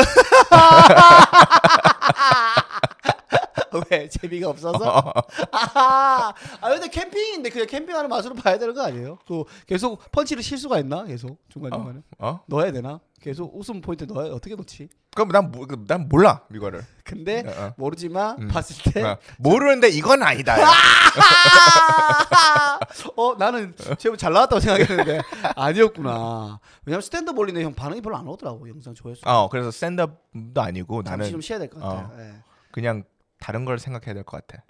Speaker 1: 왜 재미가 없어서? 아하. 아 근데 캠핑인데 그냥 캠핑하는 맛으로 봐야 되는 거 아니에요? 그 계속 펀치를 실수가 있나? 계속 중간 중간에
Speaker 2: 어?
Speaker 1: 넣어야 되나? 계속 웃음 포인트 넣어 야 어떻게 넣지?
Speaker 2: 그럼 난, 모- 난 몰라 이거를.
Speaker 1: 근데
Speaker 2: 어, 어.
Speaker 1: 모르지만
Speaker 2: 음.
Speaker 1: 봤을 때
Speaker 2: 어, 모르는데 이건 아니다.
Speaker 1: 아하하하! 어 나는 제법 잘 나왔다고 생각했는데 아니었구나. 왜냐면 스탠드 몰리는 형 반응이 별로 안 오더라고 영상 조회수.
Speaker 2: 어 그래서 스탠드업도 아니고
Speaker 1: 잠시
Speaker 2: 나는
Speaker 1: 좀 쉬어야 될 것 같아. 요
Speaker 2: 그냥 다른 걸 생각해야 될 것 같아.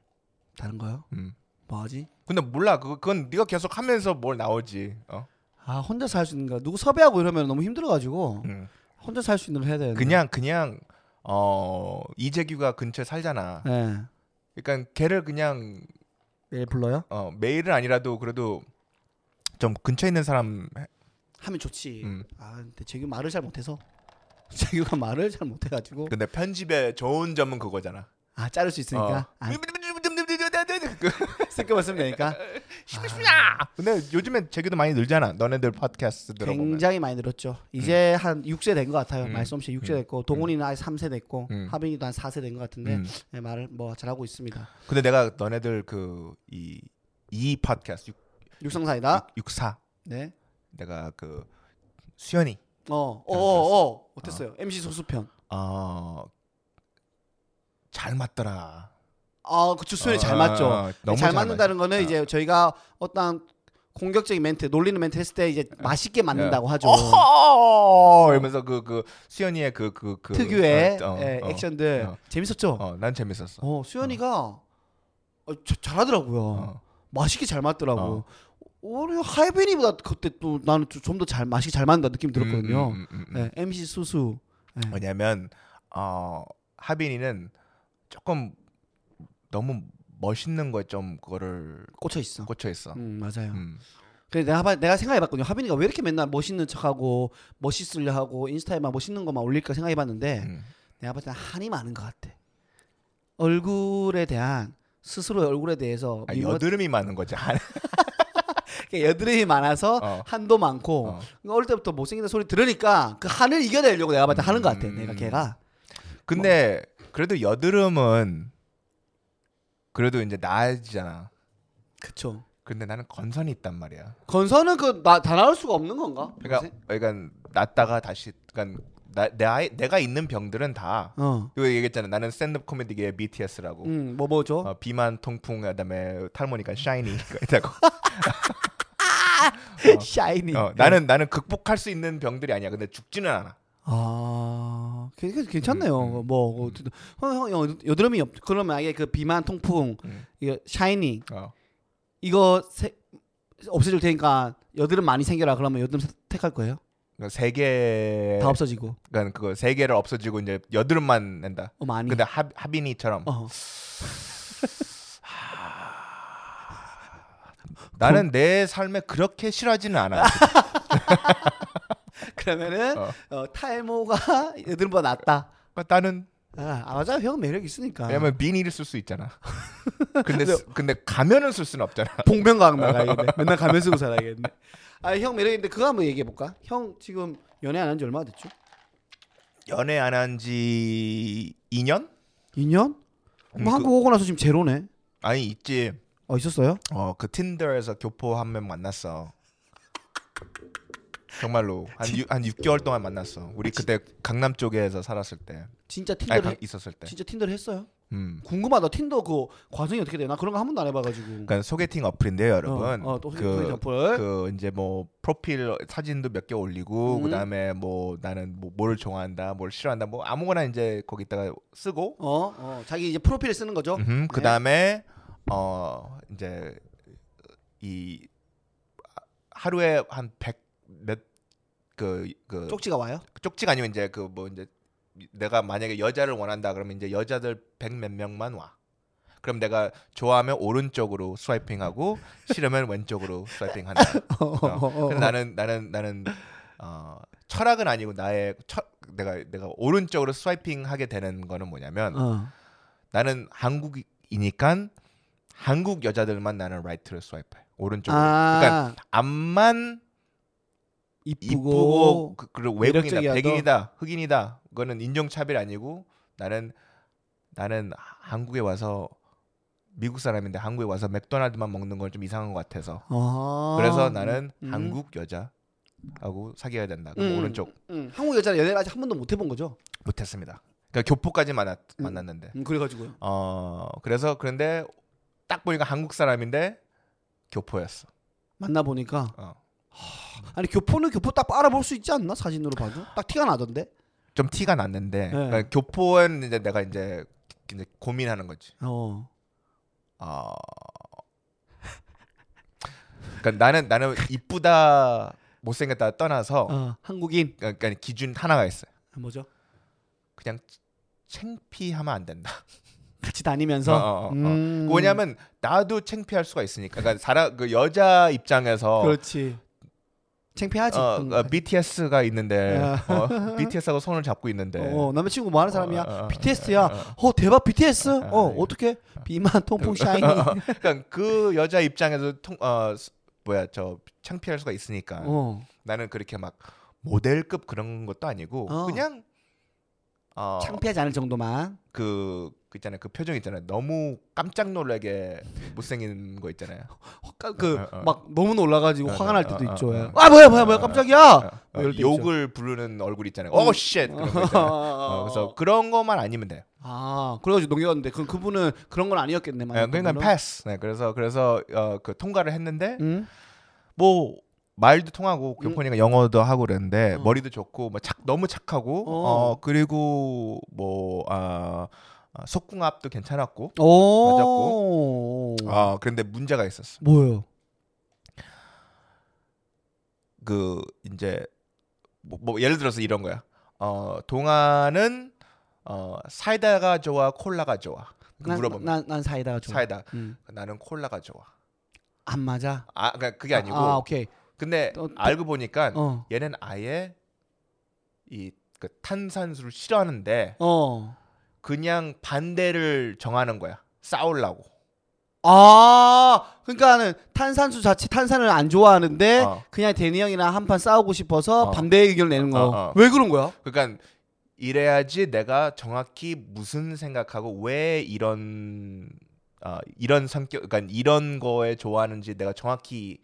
Speaker 1: 다른 거요?
Speaker 2: 음.
Speaker 1: 뭐하지?
Speaker 2: 근데 몰라 그거- 그건 네가 계속 하면서 뭘 나오지. 어?
Speaker 1: 아 혼자서 할 수 있는 거 누구 섭외하고 이러면 너무 힘들어가지고
Speaker 2: 음.
Speaker 1: 혼자서 할 수 있는 걸 해야 되는데.
Speaker 2: 그냥 그냥 어 이재규가 근처에 살잖아.
Speaker 1: 예.
Speaker 2: 그러니까 걔를 그냥
Speaker 1: 매일 불러요?
Speaker 2: 어, 메일은 아니라도 그래도 좀 근처에 있는 사람
Speaker 1: 하면 좋지.
Speaker 2: 음.
Speaker 1: 아 근데 재규 말을 잘 못해서 재규가 말을 잘 못해가지고
Speaker 2: 근데 편집의 좋은 점은 그거잖아.
Speaker 1: 아 자를 수 있으니까.
Speaker 2: 어.
Speaker 1: 아,
Speaker 2: 그-
Speaker 1: 쓸거만 쓰면 되니까.
Speaker 2: 아. 근데 요즘에 재규도 많이 늘잖아. 너네들 팟캐스트 들어보면.
Speaker 1: 굉장히 많이 늘었죠. 이제 한 6세 된 것 같아요.
Speaker 2: 음.
Speaker 1: 말솜씨 6세
Speaker 2: 음.
Speaker 1: 됐고 동훈이는 아예 3세 됐고
Speaker 2: 음.
Speaker 1: 하빈이도 한 4세 된 것 같은데
Speaker 2: 음.
Speaker 1: 네, 말을 뭐 잘하고 있습니다.
Speaker 2: 근데 내가 너네들 그 이 이 팟캐스트 육,
Speaker 1: 육성사이다.
Speaker 2: 육, 육사
Speaker 1: 네.
Speaker 2: 내가 그 수현이
Speaker 1: 어, 어,
Speaker 2: 잘
Speaker 1: 어, 어, 어땠어요?
Speaker 2: 아.
Speaker 1: MC 소수편.
Speaker 2: 어잘 맞더라.
Speaker 1: 아, 그쵸 수현이 잘
Speaker 2: 어,
Speaker 1: 맞죠.
Speaker 2: 어, 어, 너무
Speaker 1: 잘 맞는다는 거는
Speaker 2: 어.
Speaker 1: 이제 저희가 어떤 공격적인 멘트, 놀리는 멘트 했을 때 이제
Speaker 2: 아.
Speaker 1: 맛있게 맞는다고
Speaker 2: 예.
Speaker 1: 하죠.
Speaker 2: 어허! 이러면서 그 그 수현이의 그 그 그
Speaker 1: 특유의
Speaker 2: 어, 어,
Speaker 1: 예,
Speaker 2: 어.
Speaker 1: 액션들
Speaker 2: 어.
Speaker 1: 재밌었죠. 어,
Speaker 2: 어, 난 재밌었어.
Speaker 1: 수현이가 어, 자- 잘하더라고요.
Speaker 2: 어.
Speaker 1: 맛있게 잘 맞더라고. 오히려 하이베니보다 그때 또 나는 좀 더 잘 맛이 잘 맞는다 느낌 들었거든요.
Speaker 2: 음, 음, 음, 음.
Speaker 1: 네, MC 수수. 네.
Speaker 2: 왜냐면 어, 하빈이는 조금 너무 멋있는 거에 좀 그거를
Speaker 1: 꽂혀 있어.
Speaker 2: 꽂혀 있어.
Speaker 1: 음 맞아요.
Speaker 2: 음.
Speaker 1: 그래 내가 봐- 내가 생각해봤거든요. 하빈이가 왜 이렇게 맨날 멋있는 척하고 멋있으려 하고 인스타에만 멋있는 것만 올릴까 생각해봤는데
Speaker 2: 음.
Speaker 1: 내가 봤을 때 한이 많은 것 같아. 얼굴에 대한 스스로의 얼굴에 대해서
Speaker 2: 아,
Speaker 1: 미모-
Speaker 2: 여드름이 많은 거지. 한-
Speaker 1: 이렇게 여드름이 많아서
Speaker 2: 어.
Speaker 1: 한도 많고 그러니까
Speaker 2: 어.
Speaker 1: 어릴 때부터 못생긴다 소리 들으니까 그 한을 이겨내려고 내가 봤을 때 하는 것 같아.
Speaker 2: 음.
Speaker 1: 내가 걔가
Speaker 2: 근데 그래도 여드름은 그래도 이제 나아지잖아.
Speaker 1: 그쵸.
Speaker 2: 근데 나는 건선이 있단 말이야.
Speaker 1: 건선은 그다 나올 수가 없는 건가?
Speaker 2: 그러니까 그러니까 낫다가 다시 그러니까 나, 내 아이, 내가 있는 병들은 다
Speaker 1: 어,
Speaker 2: 이거 얘기했잖아. 나는 스탠드업 코미디계의 BTS라고.
Speaker 1: 음, 뭐 뭐죠?
Speaker 2: 어, 비만, 통풍, 그다음에 탈모니까 샤이니 이거 있다고.
Speaker 1: 샤이니.
Speaker 2: 어, 나는 나는 극복할 수 있는 병들이 아니야. 근데 죽지는 않아.
Speaker 1: 아, 괜- 괜- 괜찮네요.
Speaker 2: 음, 음.
Speaker 1: 뭐, 그, 형, 형, 형, 여드름이 없. 그러면 아예 그 비만, 통풍,
Speaker 2: 음.
Speaker 1: 이거 샤이니
Speaker 2: 어.
Speaker 1: 이거 세, 없애줄 테니까 여드름 많이 생겨라. 그러면 여드름 세- 택할 거예요?
Speaker 2: 그러니까 세 개,
Speaker 1: 다 없어지고
Speaker 2: 그러니까 그거 세 개를 없어지고 이제 여드름만 낸다.
Speaker 1: 어, 많이.
Speaker 2: 근데 하, 하빈이처럼
Speaker 1: 어.
Speaker 2: 나는
Speaker 1: 그
Speaker 2: 내 삶에 그렇게 싫어하지는 않아.
Speaker 1: 그러면은
Speaker 2: 어.
Speaker 1: 어, 탈모가 여드름보다 낫다.
Speaker 2: 그러니까 나는
Speaker 1: 아, 아, 맞아, 네. 형 매력 있으니까.
Speaker 2: 왜냐면 비니를 쓸 수 있잖아. 근데 쓰- 근데 가면은 쓸 수는 없잖아.
Speaker 1: 봉변과학 나가야겠네. 맨날 가면 쓰고 살아야겠네. 아, 형 매력 있는데 그거 한번 얘기해 볼까? 형 지금 연애 안 한 지 얼마 됐죠?
Speaker 2: 연애 안 한 지 2년?
Speaker 1: 2년?
Speaker 2: 음,
Speaker 1: 뭐 한국 오고 나서 지금 제로네.
Speaker 2: 아니 있지.
Speaker 1: 어 있었어요?
Speaker 2: 어 그 틴더에서 교포 한 명 만났어. 정말로 한 유- 한 6개월 동안 만났어. 우리 그때 강남 쪽에서 살았을 때,
Speaker 1: 진짜 아, 틴더
Speaker 2: 아니 네.
Speaker 1: 를
Speaker 2: 강, 있었을 때.
Speaker 1: 진짜 틴더를 했어요?
Speaker 2: 음.
Speaker 1: 궁금하다. 틴더 그 과정이 어떻게 돼요? 나 그런 거 한 번도 안 해봐가지고.
Speaker 2: 그러니까 소개팅 어플인데요, 여러분.
Speaker 1: 어, 어, 또 소개팅
Speaker 2: 그,
Speaker 1: 어플.
Speaker 2: 그 이제 뭐 프로필 사진도 몇 개 올리고
Speaker 1: 음.
Speaker 2: 그다음에 뭐 나는 뭐 뭘 좋아한다, 뭘 싫어한다, 뭐 아무거나 이제 거기다가 쓰고
Speaker 1: 어, 어, 자기 이제 프로필을 쓰는 거죠.
Speaker 2: 음, 그다음에 어 이제 이 하루에 한 100몇그 그
Speaker 1: 쪽지가 와요.
Speaker 2: 쪽지가 아니면 이제 그 뭐 이제 내가 만약에 여자를 원한다 그러면 이제 여자들 백 몇 명만 와. 그럼 내가 좋아하면 오른쪽으로 스와이핑하고 싫으면 왼쪽으로 스와이핑한다.
Speaker 1: 어, 어, 어, 어.
Speaker 2: 근데 나는 나는 나는 어, 철학은 아니고 나의 철 내가 내가 오른쪽으로 스와이핑하게 되는 거는 뭐냐면
Speaker 1: 어.
Speaker 2: 나는 한국이니까 한국 여자들만 나는 라이트를 스와이프해. 오른쪽으로.
Speaker 1: 아,
Speaker 2: 그러니까 암만 이쁘고
Speaker 1: 이쁘고
Speaker 2: 그, 그리고 외국인이다
Speaker 1: 매력적이어도.
Speaker 2: 백인이다 흑인이다 그거는 인종차별 아니고 나는 나는 한국에 와서 미국 사람인데 한국에 와서 맥도날드만 먹는 건 좀 이상한 것 같아서
Speaker 1: 아.
Speaker 2: 그래서 나는
Speaker 1: 음.
Speaker 2: 한국 여자하고 사귀어야 된다 그럼
Speaker 1: 음.
Speaker 2: 오른쪽
Speaker 1: 음, 한국 여자는 연애를 아직 한 번도 못 해본 거죠.
Speaker 2: 못했습니다 그러니까 교포까지 만났,
Speaker 1: 음.
Speaker 2: 만났는데
Speaker 1: 음, 그래가지고요.
Speaker 2: 어 그래서 그런데 딱 보니까 한국 사람인데 교포였어
Speaker 1: 만나 보니까
Speaker 2: 어.
Speaker 1: 아니 교포는 교포 딱 알아볼 수 있지 않나 사진으로 봐도 딱 티가 나던데.
Speaker 2: 좀 티가 났는데
Speaker 1: 네.
Speaker 2: 그러니까 교포는 이제 내가 이제 이제 고민하는 거지
Speaker 1: 어.
Speaker 2: 아. 그러니까 나는 나는 이쁘다 못생겼다 떠나서
Speaker 1: 어, 한국인
Speaker 2: 그러니까 기준 하나가 있어요.
Speaker 1: 뭐죠?
Speaker 2: 그냥 창피하면 안 된다.
Speaker 1: 같이 다니면서.
Speaker 2: 어, 어, 어, 어.
Speaker 1: 음.
Speaker 2: 왜냐하면 나도 창피할 수가 있으니까. 그러니까 사람 그 여자 입장에서
Speaker 1: 그렇지. 창피하지.
Speaker 2: 어,
Speaker 1: 그런 거.
Speaker 2: 어, BTS가 있는데
Speaker 1: 아.
Speaker 2: 어, BTS하고 손을 잡고 있는데
Speaker 1: 어, 남자친구 뭐 하는 사람이야?
Speaker 2: 네. 어, 어, 어,
Speaker 1: BTS야.
Speaker 2: 어, 어.
Speaker 1: 어, 대박 BTS.
Speaker 2: 아,
Speaker 1: 어,
Speaker 2: 이거.
Speaker 1: 어떻게? 비만 통풍 샤이니.
Speaker 2: 그러니까 그 여자 입장에서 통, 어, 뭐야 저 창피할 수가 있으니까.
Speaker 1: 어.
Speaker 2: 나는 그렇게 막 모델급 그런 것도 아니고
Speaker 1: 어.
Speaker 2: 그냥 어,
Speaker 1: 창피하지 않을 정도만.
Speaker 2: 그, 그 있잖아요 그 표정 있잖아요 너무 깜짝 놀라게 못생긴 거 있잖아요
Speaker 1: 그
Speaker 2: 어,
Speaker 1: 막
Speaker 2: 어, 어.
Speaker 1: 너무 놀라가지고
Speaker 2: 어,
Speaker 1: 화가 날
Speaker 2: 어,
Speaker 1: 때도
Speaker 2: 어,
Speaker 1: 있죠.
Speaker 2: 어, 어.
Speaker 1: 아 뭐야 뭐야 뭐야
Speaker 2: 어,
Speaker 1: 깜짝이야.
Speaker 2: 어,
Speaker 1: 아, 뭐 이럴 때
Speaker 2: 욕을 부르는 얼굴 있잖아요 어
Speaker 1: 음.
Speaker 2: 쉣! 그런 거 있잖아요 어, 그래서 그런 것만 아니면 돼
Speaker 1: 아 그래가지고 농협인데 그 그분은 그런 건 아니었겠네.
Speaker 2: 네,
Speaker 1: 만약에
Speaker 2: 그러니까
Speaker 1: 그분은.
Speaker 2: 패스 네, 그래서 그래서 어, 그 통과를 했는데
Speaker 1: 응?
Speaker 2: 뭐 말도 통하고
Speaker 1: 음.
Speaker 2: 교포니까 영어도 하고 그랬는데
Speaker 1: 어.
Speaker 2: 머리도 좋고 뭐 착, 너무 착하고
Speaker 1: 어.
Speaker 2: 어, 그리고 뭐 아, 아, 속궁합도 괜찮았고
Speaker 1: 오. 음. 아.
Speaker 2: 아 그런데 문제가 있었어.
Speaker 1: 뭐요?
Speaker 2: 그 이제 뭐, 뭐 예를 들어서 이런 거야. 어 동아는 어 사이다가 좋아, 콜라가 좋아. 그 물어보면
Speaker 1: 난, 난 사이다가 좋아.
Speaker 2: 사이다.
Speaker 1: 음.
Speaker 2: 나는 콜라가 좋아.
Speaker 1: 안 맞아.
Speaker 2: 아 그러니까 그게 아니고
Speaker 1: 아, 오케이.
Speaker 2: 근데
Speaker 1: 또- 또-
Speaker 2: 알고 보니까
Speaker 1: 어.
Speaker 2: 얘는 아예 이 그 탄산수를 싫어하는데
Speaker 1: 어.
Speaker 2: 그냥 반대를 정하는 거야. 싸우려고.
Speaker 1: 아, 그러니까는 탄산수 자체 탄산을 안 좋아하는데
Speaker 2: 어.
Speaker 1: 그냥 대니 형이랑 한 판 싸우고 싶어서
Speaker 2: 어.
Speaker 1: 반대 의견을 내는 거.
Speaker 2: 어, 어.
Speaker 1: 왜 그런 거야?
Speaker 2: 그러니까 이래야지 내가 정확히 무슨 생각하고 왜 이런 아 이런 성격 그러니까 이런 거에 좋아하는지 내가 정확히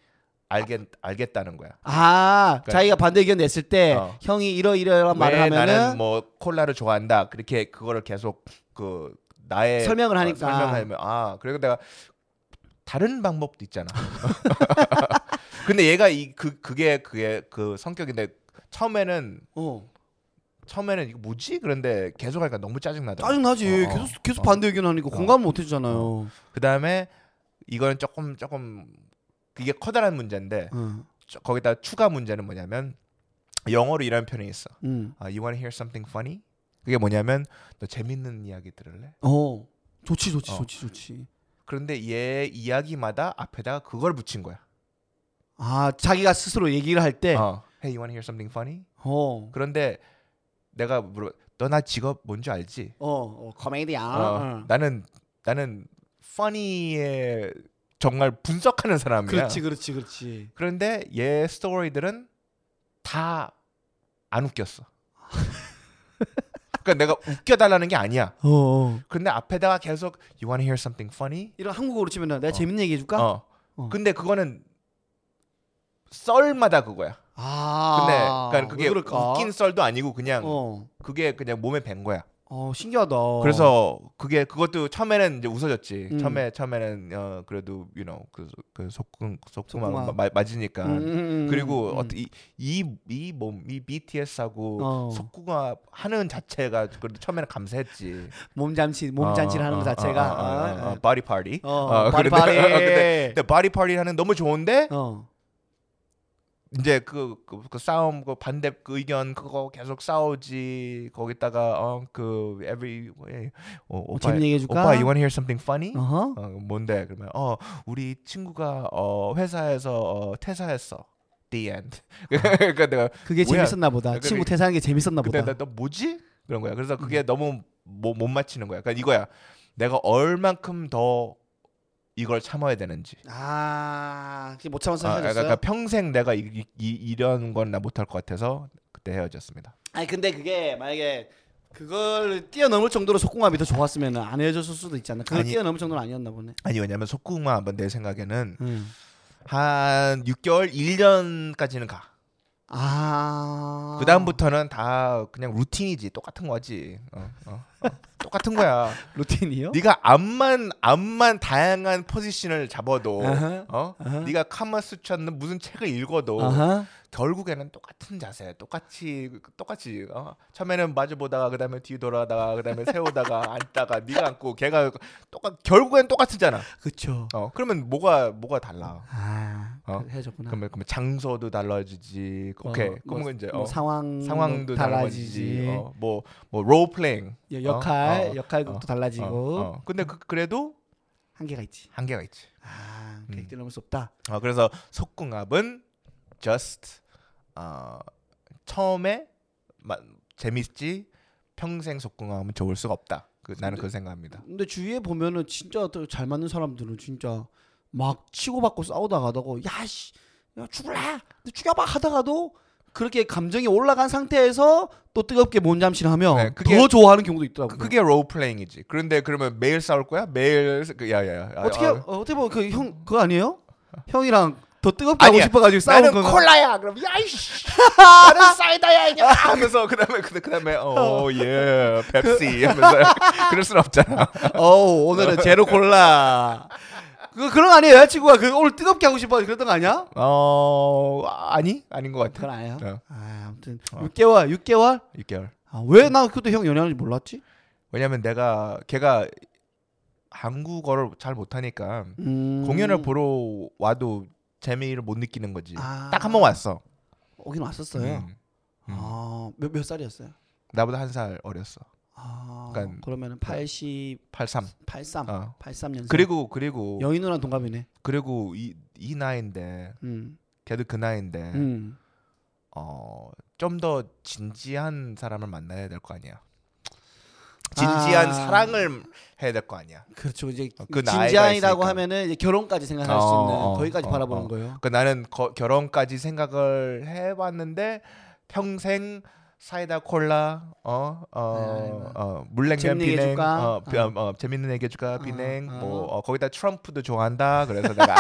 Speaker 2: 알겠 알겠다는 거야.
Speaker 1: 아,
Speaker 2: 그러니까-
Speaker 1: 자기가 반대 의견 냈을 때
Speaker 2: 어.
Speaker 1: 형이 이러이러한 말을
Speaker 2: 왜
Speaker 1: 하면은
Speaker 2: 나는 뭐 콜라를 좋아한다. 그렇게 그거를 계속 그 나의
Speaker 1: 설명을
Speaker 2: 어,
Speaker 1: 하니까.
Speaker 2: 설명하면 아 그리고 내가 다른 방법도 있잖아. 근데 얘가 이 그 그게 그게 그 성격인데 처음에는
Speaker 1: 어.
Speaker 2: 처음에는 이거 뭐지? 그런데 계속 하니까 너무 짜증나더라.
Speaker 1: 짜증 나지.
Speaker 2: 어, 어.
Speaker 1: 계속 계속
Speaker 2: 어.
Speaker 1: 반대 의견 하니까 공감을 못 해주잖아요.
Speaker 2: 그다음에 이거는 조금 조금 이게 커다란 문제인데
Speaker 1: 응.
Speaker 2: 저- 거기다 추가 문제는 뭐냐면 영어로 이런 표현이 있어.
Speaker 1: 응.
Speaker 2: 아, you wanna hear something funny? 그게 뭐냐면 너 재밌는 이야기 들을래?
Speaker 1: 어. 좋지 좋지
Speaker 2: 어.
Speaker 1: 좋지 좋지.
Speaker 2: 그런데 얘 이야기마다 앞에다가 그걸 붙인 거야.
Speaker 1: 아, 자기가 스스로 얘기를 할 때.
Speaker 2: 어. Hey, you wanna hear something funny?
Speaker 1: 어.
Speaker 2: 그런데 내가 물어 너 나 직업 뭔지 알지?
Speaker 1: 어, 어 코미디야.
Speaker 2: 어,
Speaker 1: 어.
Speaker 2: 나는 나는 funny에 정말 분석하는 사람이야.
Speaker 1: 그렇지, 그렇지, 그렇지.
Speaker 2: 그런데 얘 스토리들은 다 안 웃겼어. 그러니까 내가 웃겨달라는 게 아니야.
Speaker 1: 어, 어.
Speaker 2: 근데 앞에다가 계속 you wanna hear something funny?
Speaker 1: 이런 한국어로 치면은 내가
Speaker 2: 어.
Speaker 1: 재밌는 얘기 해줄까?
Speaker 2: 어.
Speaker 1: 어.
Speaker 2: 근데 그거는 썰마다 그거야.
Speaker 1: 아.
Speaker 2: 근데 그러니까
Speaker 1: 왜
Speaker 2: 그게
Speaker 1: 그럴까?
Speaker 2: 웃긴 썰도 아니고 그냥
Speaker 1: 어.
Speaker 2: 그게 그냥 몸에 밴 거야.
Speaker 1: 어, 신기하다.
Speaker 2: 그래서 그게 그것도 처음에는 이제 웃어졌지.
Speaker 1: 음.
Speaker 2: 처음에 처음에는 어 그래도 you know 그그 속궁 속궁만
Speaker 1: 속궁합.
Speaker 2: 마- 맞으니까
Speaker 1: 음, 음, 음,
Speaker 2: 그리고
Speaker 1: 음.
Speaker 2: 어떻게 이이몸이 BTS하고
Speaker 1: 어.
Speaker 2: 속구가 하는 자체가 그래도 처음에는 감사했지.
Speaker 1: 몸잠치
Speaker 2: 어,
Speaker 1: 몸잔치를 하는 것 자체가 아, 예.
Speaker 2: 바디 파티.
Speaker 1: 어,
Speaker 2: 어,
Speaker 1: 바리
Speaker 2: 그런데-
Speaker 1: 바리
Speaker 2: 근데- 근데 바디 파티 하는 너무 좋은데
Speaker 1: 어.
Speaker 2: 이제 그, 그, 그 싸움 그 반대 그 의견 그거 계속 싸우지 거기다가 어그 every 예, 어, 오빠
Speaker 1: 뭐 재밌는 얘기 해줄까?
Speaker 2: 오빠 you wanna hear something funny?
Speaker 1: 어허.
Speaker 2: 어, 뭔데 그러면 어 우리 친구가 어 회사에서 어, 퇴사했어. The end. 그러니까 내가
Speaker 1: 그게
Speaker 2: 뭐야.
Speaker 1: 재밌었나 보다.
Speaker 2: 그러니까
Speaker 1: 친구
Speaker 2: 이-
Speaker 1: 태산한 게 재밌었나
Speaker 2: 그때
Speaker 1: 보다.
Speaker 2: 나, 너 뭐지? 그런 거야.
Speaker 1: 음.
Speaker 2: 그래서 그게 너무 뭐, 못 맞히는 거야. 그러니까 이거야. 내가 얼만큼 더 이걸 참아야 되는지.
Speaker 1: 아, 그게 못 참아서
Speaker 2: 아,
Speaker 1: 헤어졌어요.
Speaker 2: 그러니까 평생 내가 이, 이, 이- 이런 건 나 못할 것 같아서 그때 헤어졌습니다.
Speaker 1: 아니 근데 그게 만약에 그걸 뛰어넘을 정도로 속공합이 더 좋았으면 안 헤어졌을 수도 있지 않나. 그걸
Speaker 2: 아니-
Speaker 1: 뛰어넘을 정도는 아니었나 보네.
Speaker 2: 아니 왜냐면 속궁마 한번 내 생각에는
Speaker 1: 음.
Speaker 2: 한 6개월, 1년까지는 가.
Speaker 1: 아.
Speaker 2: 그 다음부터는 다 그냥 루틴이지 똑같은 거지. 어, 어, 어. 똑같은 거야.
Speaker 1: 루틴이요?
Speaker 2: 네가 암만 암만 다양한 포지션을 잡아도
Speaker 1: 아하,
Speaker 2: 어?
Speaker 1: 아하.
Speaker 2: 네가 카마수차는 무슨 책을 읽어도
Speaker 1: 아하.
Speaker 2: 결국에는 똑같은 자세, 똑같이 똑같이 어? 처음에는 마주 보다가 그다음에 뒤 돌아다가 그다음에 세우다가 앉다가 네가 앉고 걔가 똑같 결국엔 똑같잖아.
Speaker 1: 그쵸.
Speaker 2: 어 그러면 뭐가 뭐가 달라?
Speaker 1: 아,
Speaker 2: 어?
Speaker 1: 그 헤어졌구나.
Speaker 2: 그러면 그러면 장소도 달라지지.
Speaker 1: 어,
Speaker 2: 오케이.
Speaker 1: 뭐,
Speaker 2: 그러면 이제
Speaker 1: 뭐
Speaker 2: 어,
Speaker 1: 상황
Speaker 2: 상황도 달라지지.
Speaker 1: 달라지지.
Speaker 2: 어, 뭐뭐 롤 플레잉
Speaker 1: 여- 역할
Speaker 2: 어, 어,
Speaker 1: 역할극도
Speaker 2: 어,
Speaker 1: 달라지고
Speaker 2: 어, 어. 근데 그, 그래도
Speaker 1: 한계가 있지.
Speaker 2: 한계가 있지.
Speaker 1: 아,
Speaker 2: 음.
Speaker 1: 그게 뛰어넘을 수 없다.
Speaker 2: 어, 그래서 속궁합은 just 어, 처음에 마, 재밌지 평생 속궁합은 좋을 수가 없다. 그, 나는 그 생각합니다.
Speaker 1: 근데 주위에 보면은 진짜 또잘 맞는 사람들은 진짜 막 치고받고 싸우다가다고 야씨 야 죽을라 너 죽여봐 하다가도 그렇게 감정이 올라간 상태에서 또 뜨겁게 몸잠시를 하면
Speaker 2: 네, 그게-
Speaker 1: 더 좋아하는 경우도
Speaker 2: 그,
Speaker 1: 있더라고요.
Speaker 2: 그게 롤 플레잉이지. 그런데 그러면 매일 싸울 거야? 매일 그, 야야야.
Speaker 1: 어떻게 어, 어떻게 보면 그 형 그거 아니에요? 형이랑 더 뜨겁게
Speaker 2: 아니야.
Speaker 1: 하고 싶어가지고 싸우는
Speaker 2: 나는
Speaker 1: 거.
Speaker 2: 콜라야. 그럼 야이씨. 나는 사이다야. 이게. 하면서 그다음에 그- 그다음에 어예 펩시 하면서 그럴 순 없잖아.
Speaker 1: 어우 오늘은 제로 콜라. 그거 그런 거 아니에요? 여자친구가 그 오늘 뜨겁게 하고 싶어 그랬던 거 아니야?
Speaker 2: 어 아니 아닌 것 같아.
Speaker 1: 그건 아니에요.
Speaker 2: 어.
Speaker 1: 아, 아무튼
Speaker 2: 어.
Speaker 1: 6개월 6개월.
Speaker 2: 6개월.
Speaker 1: 아, 왜나 그때 형 연애하는지 몰랐지?
Speaker 2: 왜냐면 내가 걔가 한국어를 잘 못하니까
Speaker 1: 음.
Speaker 2: 공연을 보러 와도 재미를 못 느끼는 거지.
Speaker 1: 아.
Speaker 2: 딱 한 번 왔어.
Speaker 1: 오긴 왔었어요.
Speaker 2: 음, 음.
Speaker 1: 아, 몇, 몇 살이었어요?
Speaker 2: 나보다 한 살 어렸어.
Speaker 1: 아,
Speaker 2: 그러니까-
Speaker 1: 그러면은 80,
Speaker 2: 83.
Speaker 1: 83,
Speaker 2: 어.
Speaker 1: 83년생.
Speaker 2: 그리고 그리고
Speaker 1: 영희 누나랑 동갑이네.
Speaker 2: 그리고 이, 이 나이인데
Speaker 1: 음,
Speaker 2: 걔도 그 나이인데
Speaker 1: 음.
Speaker 2: 어, 좀 더 진지한 사람을 만나야 될 거 아니야. 진지한
Speaker 1: 아.
Speaker 2: 사랑을 해야 될 거 아니야.
Speaker 1: 그렇죠. 이제
Speaker 2: 어, 그 나이가
Speaker 1: 진지한이라고
Speaker 2: 있으니까.
Speaker 1: 하면은 이제 결혼까지 생각할 수
Speaker 2: 어,
Speaker 1: 있는
Speaker 2: 어,
Speaker 1: 거기까지
Speaker 2: 어,
Speaker 1: 바라보는
Speaker 2: 어.
Speaker 1: 거예요.
Speaker 2: 그 나는 거- 결혼까지 생각을 해봤는데 평생 사이다 콜라 어어
Speaker 1: 네, 뭐.
Speaker 2: 어, 어, 물냉면
Speaker 1: 재밌는 얘기
Speaker 2: 비냉
Speaker 1: 해줄까?
Speaker 2: 어, 비- 어, 어, 재밌는 얘기 해줄까
Speaker 1: 어,
Speaker 2: 비냉
Speaker 1: 어.
Speaker 2: 뭐 어, 거기다 트럼프도 좋아한다 그래서 내가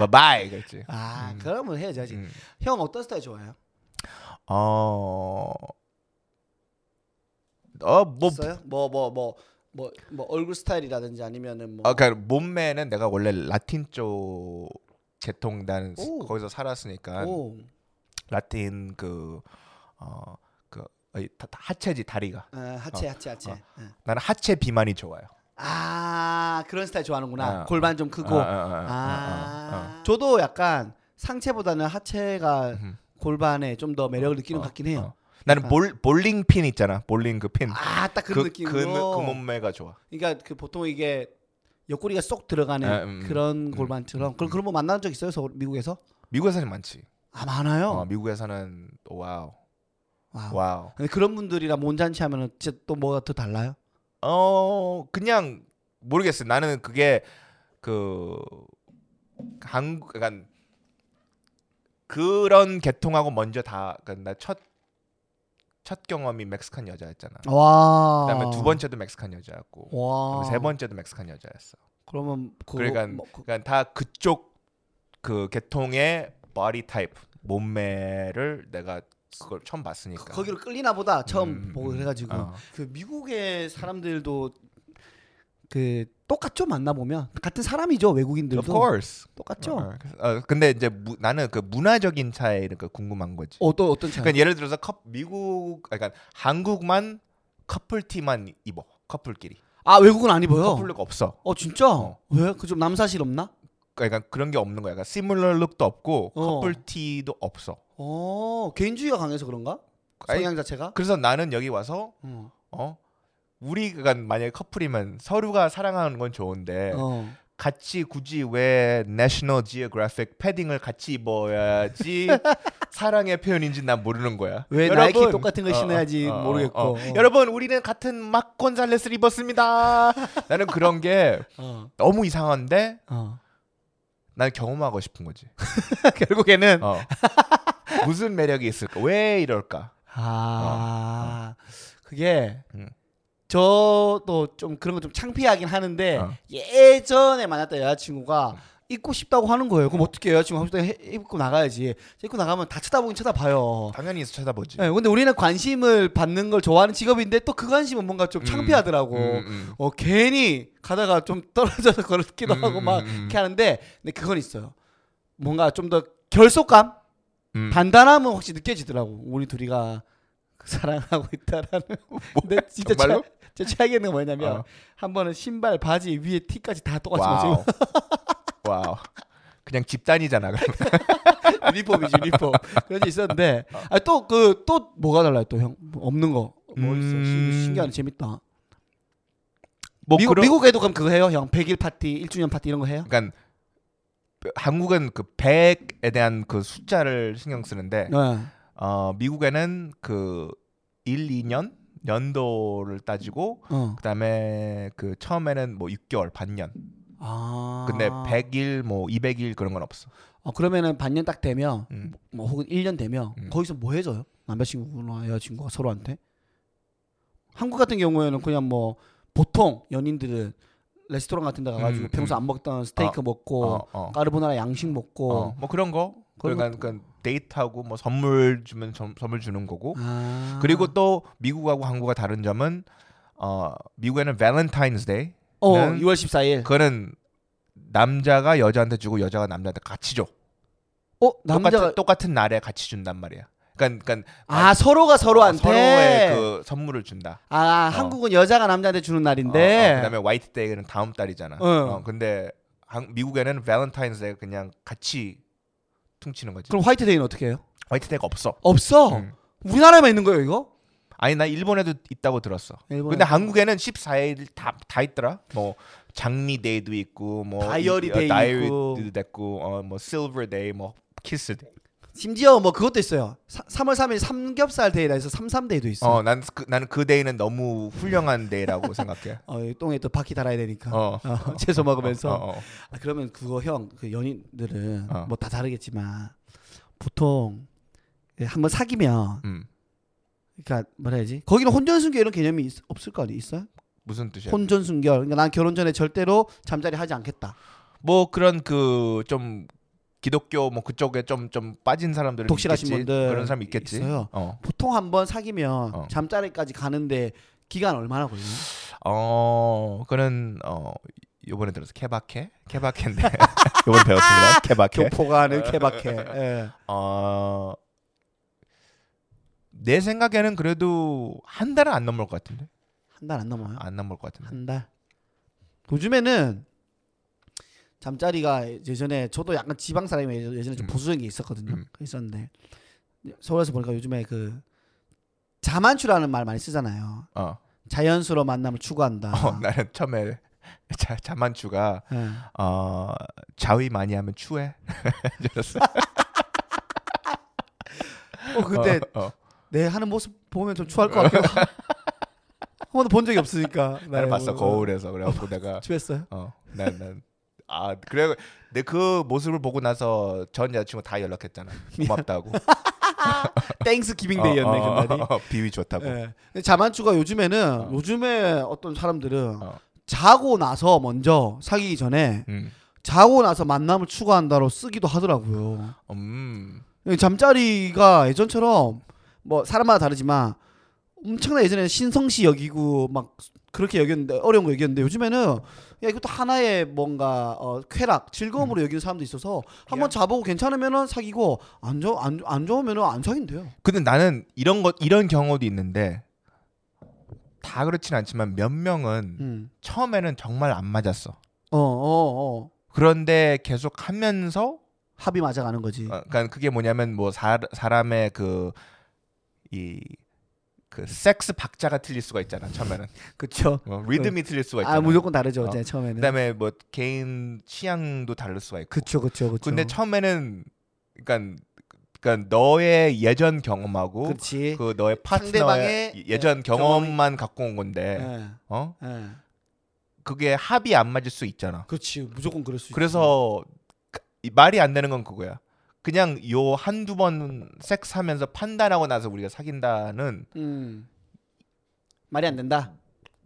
Speaker 2: 아니야 바이 그랬지
Speaker 1: 아,
Speaker 2: 음.
Speaker 1: 그러면 해야지.
Speaker 2: 음.
Speaker 1: 형 어떤 스타일 좋아해요?
Speaker 2: 어. 어뭐
Speaker 1: 있어요? 뭐 뭐 뭐 뭐 뭐, 뭐 얼굴 스타일이라든지 아니면은 뭐
Speaker 2: 아, 그러니까 몸매는 내가 원래 라틴 쪽 계통 난
Speaker 1: 오.
Speaker 2: 거기서 살았으니까
Speaker 1: 오,
Speaker 2: 라틴 그 어, 그 어이, 다- 다- 하체지 다리가
Speaker 1: 아, 하체 하체 하체.
Speaker 2: 어.
Speaker 1: 예.
Speaker 2: 나는 하체 비만이 좋아요.
Speaker 1: 아 그런 스타일 좋아하는구나.
Speaker 2: 아,
Speaker 1: 골반 좀 크고.
Speaker 2: 아,
Speaker 1: 아,
Speaker 2: 아, 아, 아, 아, 아.
Speaker 1: 저도 약간 상체보다는 하체가
Speaker 2: 음.
Speaker 1: 골반에 좀 더 매력을 느끼는
Speaker 2: 어,
Speaker 1: 것 같긴 해요.
Speaker 2: 어. 나는
Speaker 1: 예. 약간.
Speaker 2: 볼 볼링 핀 있잖아. 볼링 그 핀.
Speaker 1: 아 딱 그런
Speaker 2: 그, 그,
Speaker 1: 느낌으로.
Speaker 2: 그 몸매가 좋아.
Speaker 1: 그러니까 그 보통 이게 옆구리가 쏙 들어가는
Speaker 2: 아, 음,
Speaker 1: 그런 골반처럼 그럼 그런 분 만난 적 있어요? 서울 미국에서?
Speaker 2: 미국에서는 많지.
Speaker 1: 아
Speaker 2: 어,
Speaker 1: 많아요.
Speaker 2: 미국에서는 와우.
Speaker 1: 와.
Speaker 2: 와우.
Speaker 1: 근데 그런 분들이랑 몸잔치 하면은 진짜 또 뭐가 더 달라요?
Speaker 2: 어 그냥 모르겠어. 나는 그게 그 한국 약간 그런 계통하고 먼저 다 그러니까 나첫 첫 경험이 멕시칸 여자였잖아.
Speaker 1: 와.
Speaker 2: 그다음에 두 번째도 멕시칸 여자였고
Speaker 1: 와.
Speaker 2: 세 번째도 멕시칸 여자였어.
Speaker 1: 그러면 그거
Speaker 2: 그러니까-
Speaker 1: 뭐, 그,
Speaker 2: 그러니까 다 그쪽 그 계통의 body type 몸매를 내가 그걸 처음 봤으니까.
Speaker 1: 거기로 끌리나 보다 처음
Speaker 2: 음,
Speaker 1: 보고 그래가지고
Speaker 2: 어.
Speaker 1: 그 미국의 사람들도 그 똑같죠 만나 보면 같은 사람이죠
Speaker 2: Of
Speaker 1: 외국인들도
Speaker 2: course.
Speaker 1: 똑같죠.
Speaker 2: 어, 어, 근데 이제 무- 나는 그 문화적인 차이니까 궁금한 거지.
Speaker 1: 어떤 어떤 차이?
Speaker 2: 그러니까 예를 들어서 컵 미국 아니, 그러니까 한국만 커플티만 입어 커플끼리
Speaker 1: 아 외국은 안 입어요.
Speaker 2: 커플룩 없어
Speaker 1: 어 진짜?
Speaker 2: 어.
Speaker 1: 왜? 그 좀 남사실 없나?
Speaker 2: 그러니까 그런 게 없는 거야 그러니까 시뮬러룩도 없고
Speaker 1: 어.
Speaker 2: 커플티도 없어
Speaker 1: 어 개인주의가 강해서 그런가?
Speaker 2: 아니,
Speaker 1: 성향 자체가?
Speaker 2: 그래서 나는 여기 와서
Speaker 1: 어.
Speaker 2: 어 우리가 만약에 커플이면 서로가 사랑하는 건 좋은데
Speaker 1: 어.
Speaker 2: 같이 굳이 왜 National Geographic 패딩을 같이 입어야지 사랑의 표현인지 난 모르는 거야.
Speaker 1: 왜 나이키 똑같은 걸
Speaker 2: 어, 어,
Speaker 1: 신어야지
Speaker 2: 어, 어,
Speaker 1: 모르겠고.
Speaker 2: 어.
Speaker 1: 어.
Speaker 2: 여러분 우리는 같은 막 곤살레스를 입었습니다. 나는 그런 게
Speaker 1: 어.
Speaker 2: 너무 이상한데
Speaker 1: 어.
Speaker 2: 난 경험하고 싶은 거지.
Speaker 1: 결국에는
Speaker 2: 어. 무슨 매력이 있을까? 왜 이럴까?
Speaker 1: 아 그게
Speaker 2: 어, 음.
Speaker 1: 저도 좀 그런 거 좀 창피하긴 하는데
Speaker 2: 어. 음.
Speaker 1: 예전에 만났던 여자친구가 입고 싶다고 하는 거예요. 그럼 어떻게 여자친구 하고 싶다 입고 나가야지. 입고 나가면 다 쳐다보긴 쳐다봐요.
Speaker 2: 당연히 쳐다보지.
Speaker 1: 예, 근데 우리는 관심을 받는 걸 좋아하는 직업인데 또 그 관심은 뭔가 좀
Speaker 2: 음,
Speaker 1: 창피하더라고.
Speaker 2: 음, 음.
Speaker 1: 어 괜히 가다가 좀 떨어져서 걸기도
Speaker 2: 음,
Speaker 1: 하고 막
Speaker 2: 음, 음.
Speaker 1: 이렇게 하는데 근데 그건 있어요. 뭔가 좀 더 결속감,
Speaker 2: 음.
Speaker 1: 단단함은 확실히 느껴지더라고. 우리 둘이가 그 사랑하고 있다라는. 근데 진짜
Speaker 2: 뭐, 정말로?
Speaker 1: 최, 제 최악의 건 뭐냐면
Speaker 2: 어.
Speaker 1: 한 번은 신발, 바지 위에 티까지 다 똑같이
Speaker 2: 와우.
Speaker 1: 맞아요.
Speaker 2: 와우. 그냥 집단이잖아. 그러면.
Speaker 1: 유니폼이지 유니폼. 그런 게 있었는데
Speaker 2: 어.
Speaker 1: 또 그 또 뭐가 달라요 또 형? 뭐 없는 거. 뭐 있어? 신-
Speaker 2: 음.
Speaker 1: 신기하네 재밌다.
Speaker 2: 뭐
Speaker 1: 미국,
Speaker 2: 그런-
Speaker 1: 미국에도 그럼 그거 해요 형? 100일 파티, 1주년 파티 이런 거 해요?
Speaker 2: 그러니까 한국은 그 100에 대한 그 숫자를 신경 쓰는데
Speaker 1: 네.
Speaker 2: 어, 미국에는 그 1, 2년 연도를 따지고
Speaker 1: 어.
Speaker 2: 그다음에 그 처음에는 뭐 6개월 반년.
Speaker 1: 아.
Speaker 2: 근데 100일 뭐 200일 그런 건 없어.
Speaker 1: 어, 그러면은 반년 딱 되면
Speaker 2: 음.
Speaker 1: 뭐 혹은 1년 되면
Speaker 2: 음.
Speaker 1: 거기서 뭐 해줘요? 남자친구나 여자친구가 서로한테? 한국 같은 경우에는 그냥 뭐 보통 연인들은 레스토랑 같은 데 가가지고
Speaker 2: 음,
Speaker 1: 평소
Speaker 2: 음.
Speaker 1: 안 먹던 스테이크 먹고
Speaker 2: 어, 어.
Speaker 1: 까르보나라 양식 먹고
Speaker 2: 어, 뭐 그런 거.
Speaker 1: 그런
Speaker 2: 그러니까, 그러니까 데이트하고 뭐 선물 주면 점- 선물 주는 거고.
Speaker 1: 아.
Speaker 2: 그리고 또 미국하고 한국과 다른 점은 어, 미국에는 밸런타인스데이.
Speaker 1: 어,
Speaker 2: 는-
Speaker 1: 6월 14일
Speaker 2: 그거는 남자가 여자한테 주고 여자가 남자한테 같이 줘.
Speaker 1: 어 남자가
Speaker 2: 똑같은, 똑같은 날에 같이 준단 말이야. 그러니까, 그러니까
Speaker 1: 아 서로가 서로한테
Speaker 2: 서로의 그 선물을 준다.
Speaker 1: 아
Speaker 2: 어.
Speaker 1: 한국은 여자가 남자한테 주는
Speaker 2: 어, 어,
Speaker 1: 날인데
Speaker 2: 그다음에 화이트 데이는 다음 달이잖아.
Speaker 1: 어.
Speaker 2: 어, 근데 한- 미국에는 밸런타인스데이 그냥 같이 퉁치는 거지.
Speaker 1: 그럼 화이트데이는 어떻게 해요?
Speaker 2: 화이트데이가 없어.
Speaker 1: 없어.
Speaker 2: 음.
Speaker 1: 우리나라에만 있는 거예요 이거?
Speaker 2: 아니 나 일본에도 있다고 들었어.
Speaker 1: 일본에-
Speaker 2: 근데 한국에는 14일 다, 다 있더라. 뭐 장미 데이도 있고 뭐
Speaker 1: 다이어리
Speaker 2: 이- 어,
Speaker 1: 데이
Speaker 2: 다이어리도
Speaker 1: 있고.
Speaker 2: 됐고 어뭐 실버 데이 뭐 키스 데이.
Speaker 1: 심지어 뭐 그것도 있어요. 사, 3월 3일 삼겹살 데이라 해서 삼삼데이도 있어. 요
Speaker 2: 어, 난 그, 나는 그 데이는 너무 훌륭한 데이라고 생각해.
Speaker 1: 어, 이 똥에 또 바퀴 달아야 되니까.
Speaker 2: 어.
Speaker 1: 어, 채소 먹으면서.
Speaker 2: 어, 어.
Speaker 1: 아, 그러면 그거 형, 그 연인들은
Speaker 2: 어.
Speaker 1: 뭐 다 다르겠지만 보통 예, 한번 사귀면
Speaker 2: 음.
Speaker 1: 그러니까 뭐라 해야지? 거기는 혼전순결 이런 개념이 있- 없을 거 아니에요? 있어요?
Speaker 2: 무슨 뜻이야?
Speaker 1: 혼전순결. 그러니까 난 결혼 전에 절대로 잠자리 하지 않겠다.
Speaker 2: 뭐 그런 그 좀 기독교 뭐 그쪽에 좀 좀 빠진 사람들은
Speaker 1: 독실하신
Speaker 2: 있겠지.
Speaker 1: 분들
Speaker 2: 그런 사람 있겠지.
Speaker 1: 있어요.
Speaker 2: 어.
Speaker 1: 보통 한번 사귀면
Speaker 2: 어.
Speaker 1: 잠자리까지 가는데 기간 얼마나 걸리나?
Speaker 2: 어, 그는 어 요번에 들어서 케바케? 케바케인데. 요번에 배웠습니다. 케바케.
Speaker 1: 교포가 하는 케바케. 예.
Speaker 2: 어. 내 생각에는 그래도 한 달은 안 넘을 것 같은데.
Speaker 1: 한 달 안 넘어요.
Speaker 2: 안 넘을 것 같은데.
Speaker 1: 한 달. 요즘에는 잠자리가 예전에 저도 약간 지방 사람이 예전- 예전에 좀
Speaker 2: 음.
Speaker 1: 보수적인 게 있었거든요.
Speaker 2: 음.
Speaker 1: 있었는데 서울에서 보니까 요즘에 그 자만추라는 말 많이 쓰잖아요.
Speaker 2: 어.
Speaker 1: 자연스러운 만남을 추구한다.
Speaker 2: 어, 나는 처음에 자, 자만추가
Speaker 1: 예.
Speaker 2: 어, 자위 많이 하면 추해. 이랬어.
Speaker 1: 어, 아, 근데
Speaker 2: 어, 어.
Speaker 1: 내 하는 모습 보면 좀 추할 것 같기도 하고. 한 번도 본 적이 없으니까. 네, 뭐,
Speaker 2: 나를
Speaker 1: 나의
Speaker 2: 봤어
Speaker 1: 모습을.
Speaker 2: 거울에서 그래갖고 내가
Speaker 1: 추했어요?
Speaker 2: 어난난아 그래 내 그 모습을 보고 나서 전 여자친구 다 연락했잖아 고맙다고
Speaker 1: 땡스 기빙데이였네
Speaker 2: 어, 어,
Speaker 1: 그날이.
Speaker 2: 어, 어, 비위 좋다고
Speaker 1: 예. 근데 자만추가 요즘에는
Speaker 2: 어.
Speaker 1: 요즘에 어떤 사람들은
Speaker 2: 어.
Speaker 1: 자고 나서 먼저 사귀기 전에
Speaker 2: 음,
Speaker 1: 자고 나서 만남을 추구한다로 쓰기도 하더라고요.
Speaker 2: 음.
Speaker 1: 잠자리가 예전처럼 뭐 사람마다 다르지만 엄청나 예전에는 신성시 여기고 막 그렇게 여겼는데 어려운 거 여겼는데 요즘에는 야 이것도 하나의 뭔가 어, 쾌락 즐거움으로 여기는 사람도 있어서 한번
Speaker 2: 음. 야.
Speaker 1: 자보고 괜찮으면은 사귀고 안 좋 안 안 좋으면은 안 사귄대요.
Speaker 2: 근데 나는 이런 것 이런 경우도 있는데 다 그렇진 않지만 몇 명은
Speaker 1: 음.
Speaker 2: 처음에는 정말 안 맞았어
Speaker 1: 어, 어, 어.
Speaker 2: 그런데 계속 하면서
Speaker 1: 합이 맞아가는 거지.
Speaker 2: 어, 그러니까 그게 뭐냐면 뭐 사, 사람의 그 이 그 섹스 박자가 틀릴 수가 있잖아 처음에는
Speaker 1: 그쵸.
Speaker 2: 뭐 리듬이 틀릴 수가 있잖아
Speaker 1: 아 무조건 다르죠.
Speaker 2: 어.
Speaker 1: 이제 처음에는.
Speaker 2: 그다음에 뭐 개인 취향도 다를 수가 있고
Speaker 1: 그쵸, 그쵸, 그쵸.
Speaker 2: 근데 처음에는 그러니까 그러니까 너의 예전 경험하고
Speaker 1: 그렇지.
Speaker 2: 그 너의
Speaker 1: 상대방의
Speaker 2: 파트너의 예전
Speaker 1: 예,
Speaker 2: 경험만 갖고 온 건데
Speaker 1: 예,
Speaker 2: 어
Speaker 1: 예.
Speaker 2: 그게 합이 안 맞을 수 있잖아
Speaker 1: 그렇지. 무조건 그럴 수. 있지.
Speaker 2: 그래서 그- 이 말이 안 되는 건 그거야. 그냥 요 한두 번 섹스하면서 판단하고 나서 우리가 사귄다는
Speaker 1: 음. 말이 안 된다.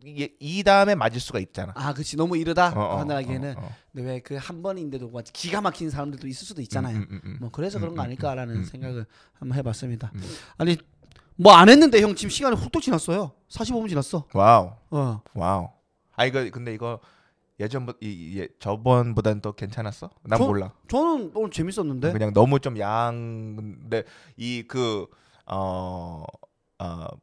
Speaker 2: 이게 이 다음에 맞을 수가 있잖아.
Speaker 1: 아, 그렇지. 너무 이르다
Speaker 2: 어, 어,
Speaker 1: 판단하기에는.
Speaker 2: 어, 어.
Speaker 1: 근데 왜 그 한 번인데도 마치 기가 막힌 사람들도 있을 수도 있잖아요.
Speaker 2: 음, 음, 음, 음.
Speaker 1: 뭐 그래서 그런 거
Speaker 2: 음, 음,
Speaker 1: 아닐까라는
Speaker 2: 음, 음.
Speaker 1: 생각을 한번 해봤습니다.
Speaker 2: 음.
Speaker 1: 아니 뭐 안 했는데 형 지금 시간이 훌쩍 지났어요. 45분 지났어.
Speaker 2: 와우,
Speaker 1: 어.
Speaker 2: 와우. 아 이거 근데 이거 예전보 이, 예, 저번보다는 더 괜찮았어? 난
Speaker 1: 저-
Speaker 2: 몰라.
Speaker 1: 저는 오늘 재밌었는데.
Speaker 2: 뭐 그냥 너무 좀 양. 근데 그, 이그어어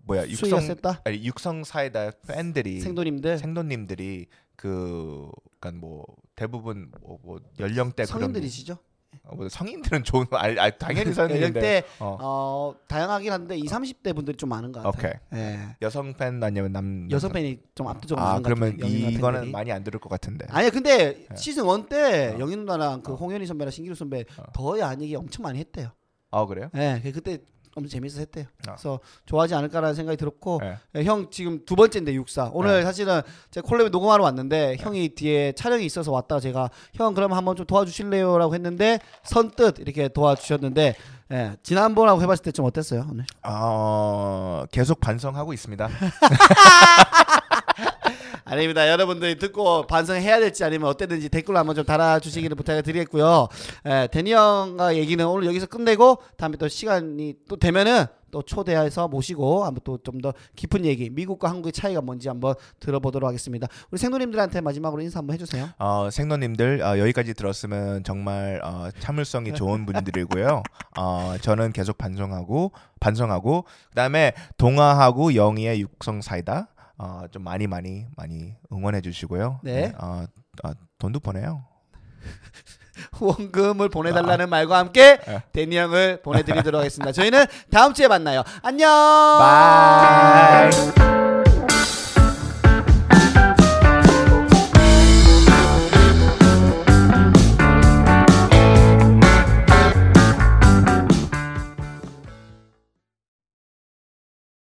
Speaker 2: 뭐야
Speaker 1: 수위가
Speaker 2: 육성
Speaker 1: 셌다.
Speaker 2: 아니, 육성 사이다 팬들이
Speaker 1: 생도님들
Speaker 2: 생도님들이 그 그러니까 뭐 대부분 뭐, 뭐 연령대
Speaker 1: 성인들이시죠?
Speaker 2: 그런, 어, 뭐 성인들은 좋은 알, 알 당연히 성인인데
Speaker 1: 연령대
Speaker 2: 어.
Speaker 1: 어, 다양하긴 한데 2, 30대 분들이 좀 많은 것 같아요.
Speaker 2: 오케이
Speaker 1: 예.
Speaker 2: 여성 팬 아니면 남
Speaker 1: 여성 팬이 좀 압도적으로
Speaker 2: 아
Speaker 1: 많은 것
Speaker 2: 그러면
Speaker 1: 같아요. 연예인
Speaker 2: 이거는
Speaker 1: 팬들이.
Speaker 2: 많이 안 들을 것 같은데
Speaker 1: 아니야 근데
Speaker 2: 예.
Speaker 1: 시즌 1 때
Speaker 2: 어.
Speaker 1: 영인 누나랑 그
Speaker 2: 어.
Speaker 1: 홍현희 선배랑 신기루 선배
Speaker 2: 어.
Speaker 1: 더의 안 얘기 엄청 많이 했대요.
Speaker 2: 아 그래요?
Speaker 1: 예, 그- 그때 엄청 재밌어 했대요.
Speaker 2: 아.
Speaker 1: 그래서 좋아하지 않을까라는 생각이 들었고
Speaker 2: 예.
Speaker 1: 예, 형 지금 두 번째인데 육사 오늘
Speaker 2: 예.
Speaker 1: 사실은 제가 콜랩에 녹음하러 왔는데 형이 뒤에 촬영이 있어서 왔다가 제가 형 그럼 한번 좀 도와주실래요라고 했는데 선뜻 이렇게 도와주셨는데 예, 지난번하고 해봤을 때 좀 어땠어요 오늘?
Speaker 2: 어, 계속 반성하고 있습니다.
Speaker 1: 아닙니다. 여러분들이 듣고 반성해야 될지 아니면 어땠는지 댓글로 한번 좀 달아주시기를 부탁드리겠고요. 에, 데니 형과 얘기는 오늘 여기서 끝내고 다음에 또 시간이 또 되면은 또 초대해서 모시고 한번 또 좀 더 깊은 얘기 미국과 한국의 차이가 뭔지 한번 들어보도록 하겠습니다. 우리 생도님들한테 마지막으로 인사 한번 해주세요.
Speaker 2: 어, 생노님들 어, 여기까지 들었으면 정말 어, 참을성이 좋은 분들이고요. 어, 저는 계속 반성하고 반성하고 그다음에 동아하고 영희의 육성 사이다 어, 좀 많이 많이 많이 응원해 주시고요.
Speaker 1: 네.
Speaker 2: 어, 어, 돈도 보내요.
Speaker 1: 원금을 보내달라는 말과 함께
Speaker 2: 아.
Speaker 1: 데니 어. 형을 보내드리도록 하겠습니다. 저희는 다음 주에 만나요. 안녕.
Speaker 2: 바이.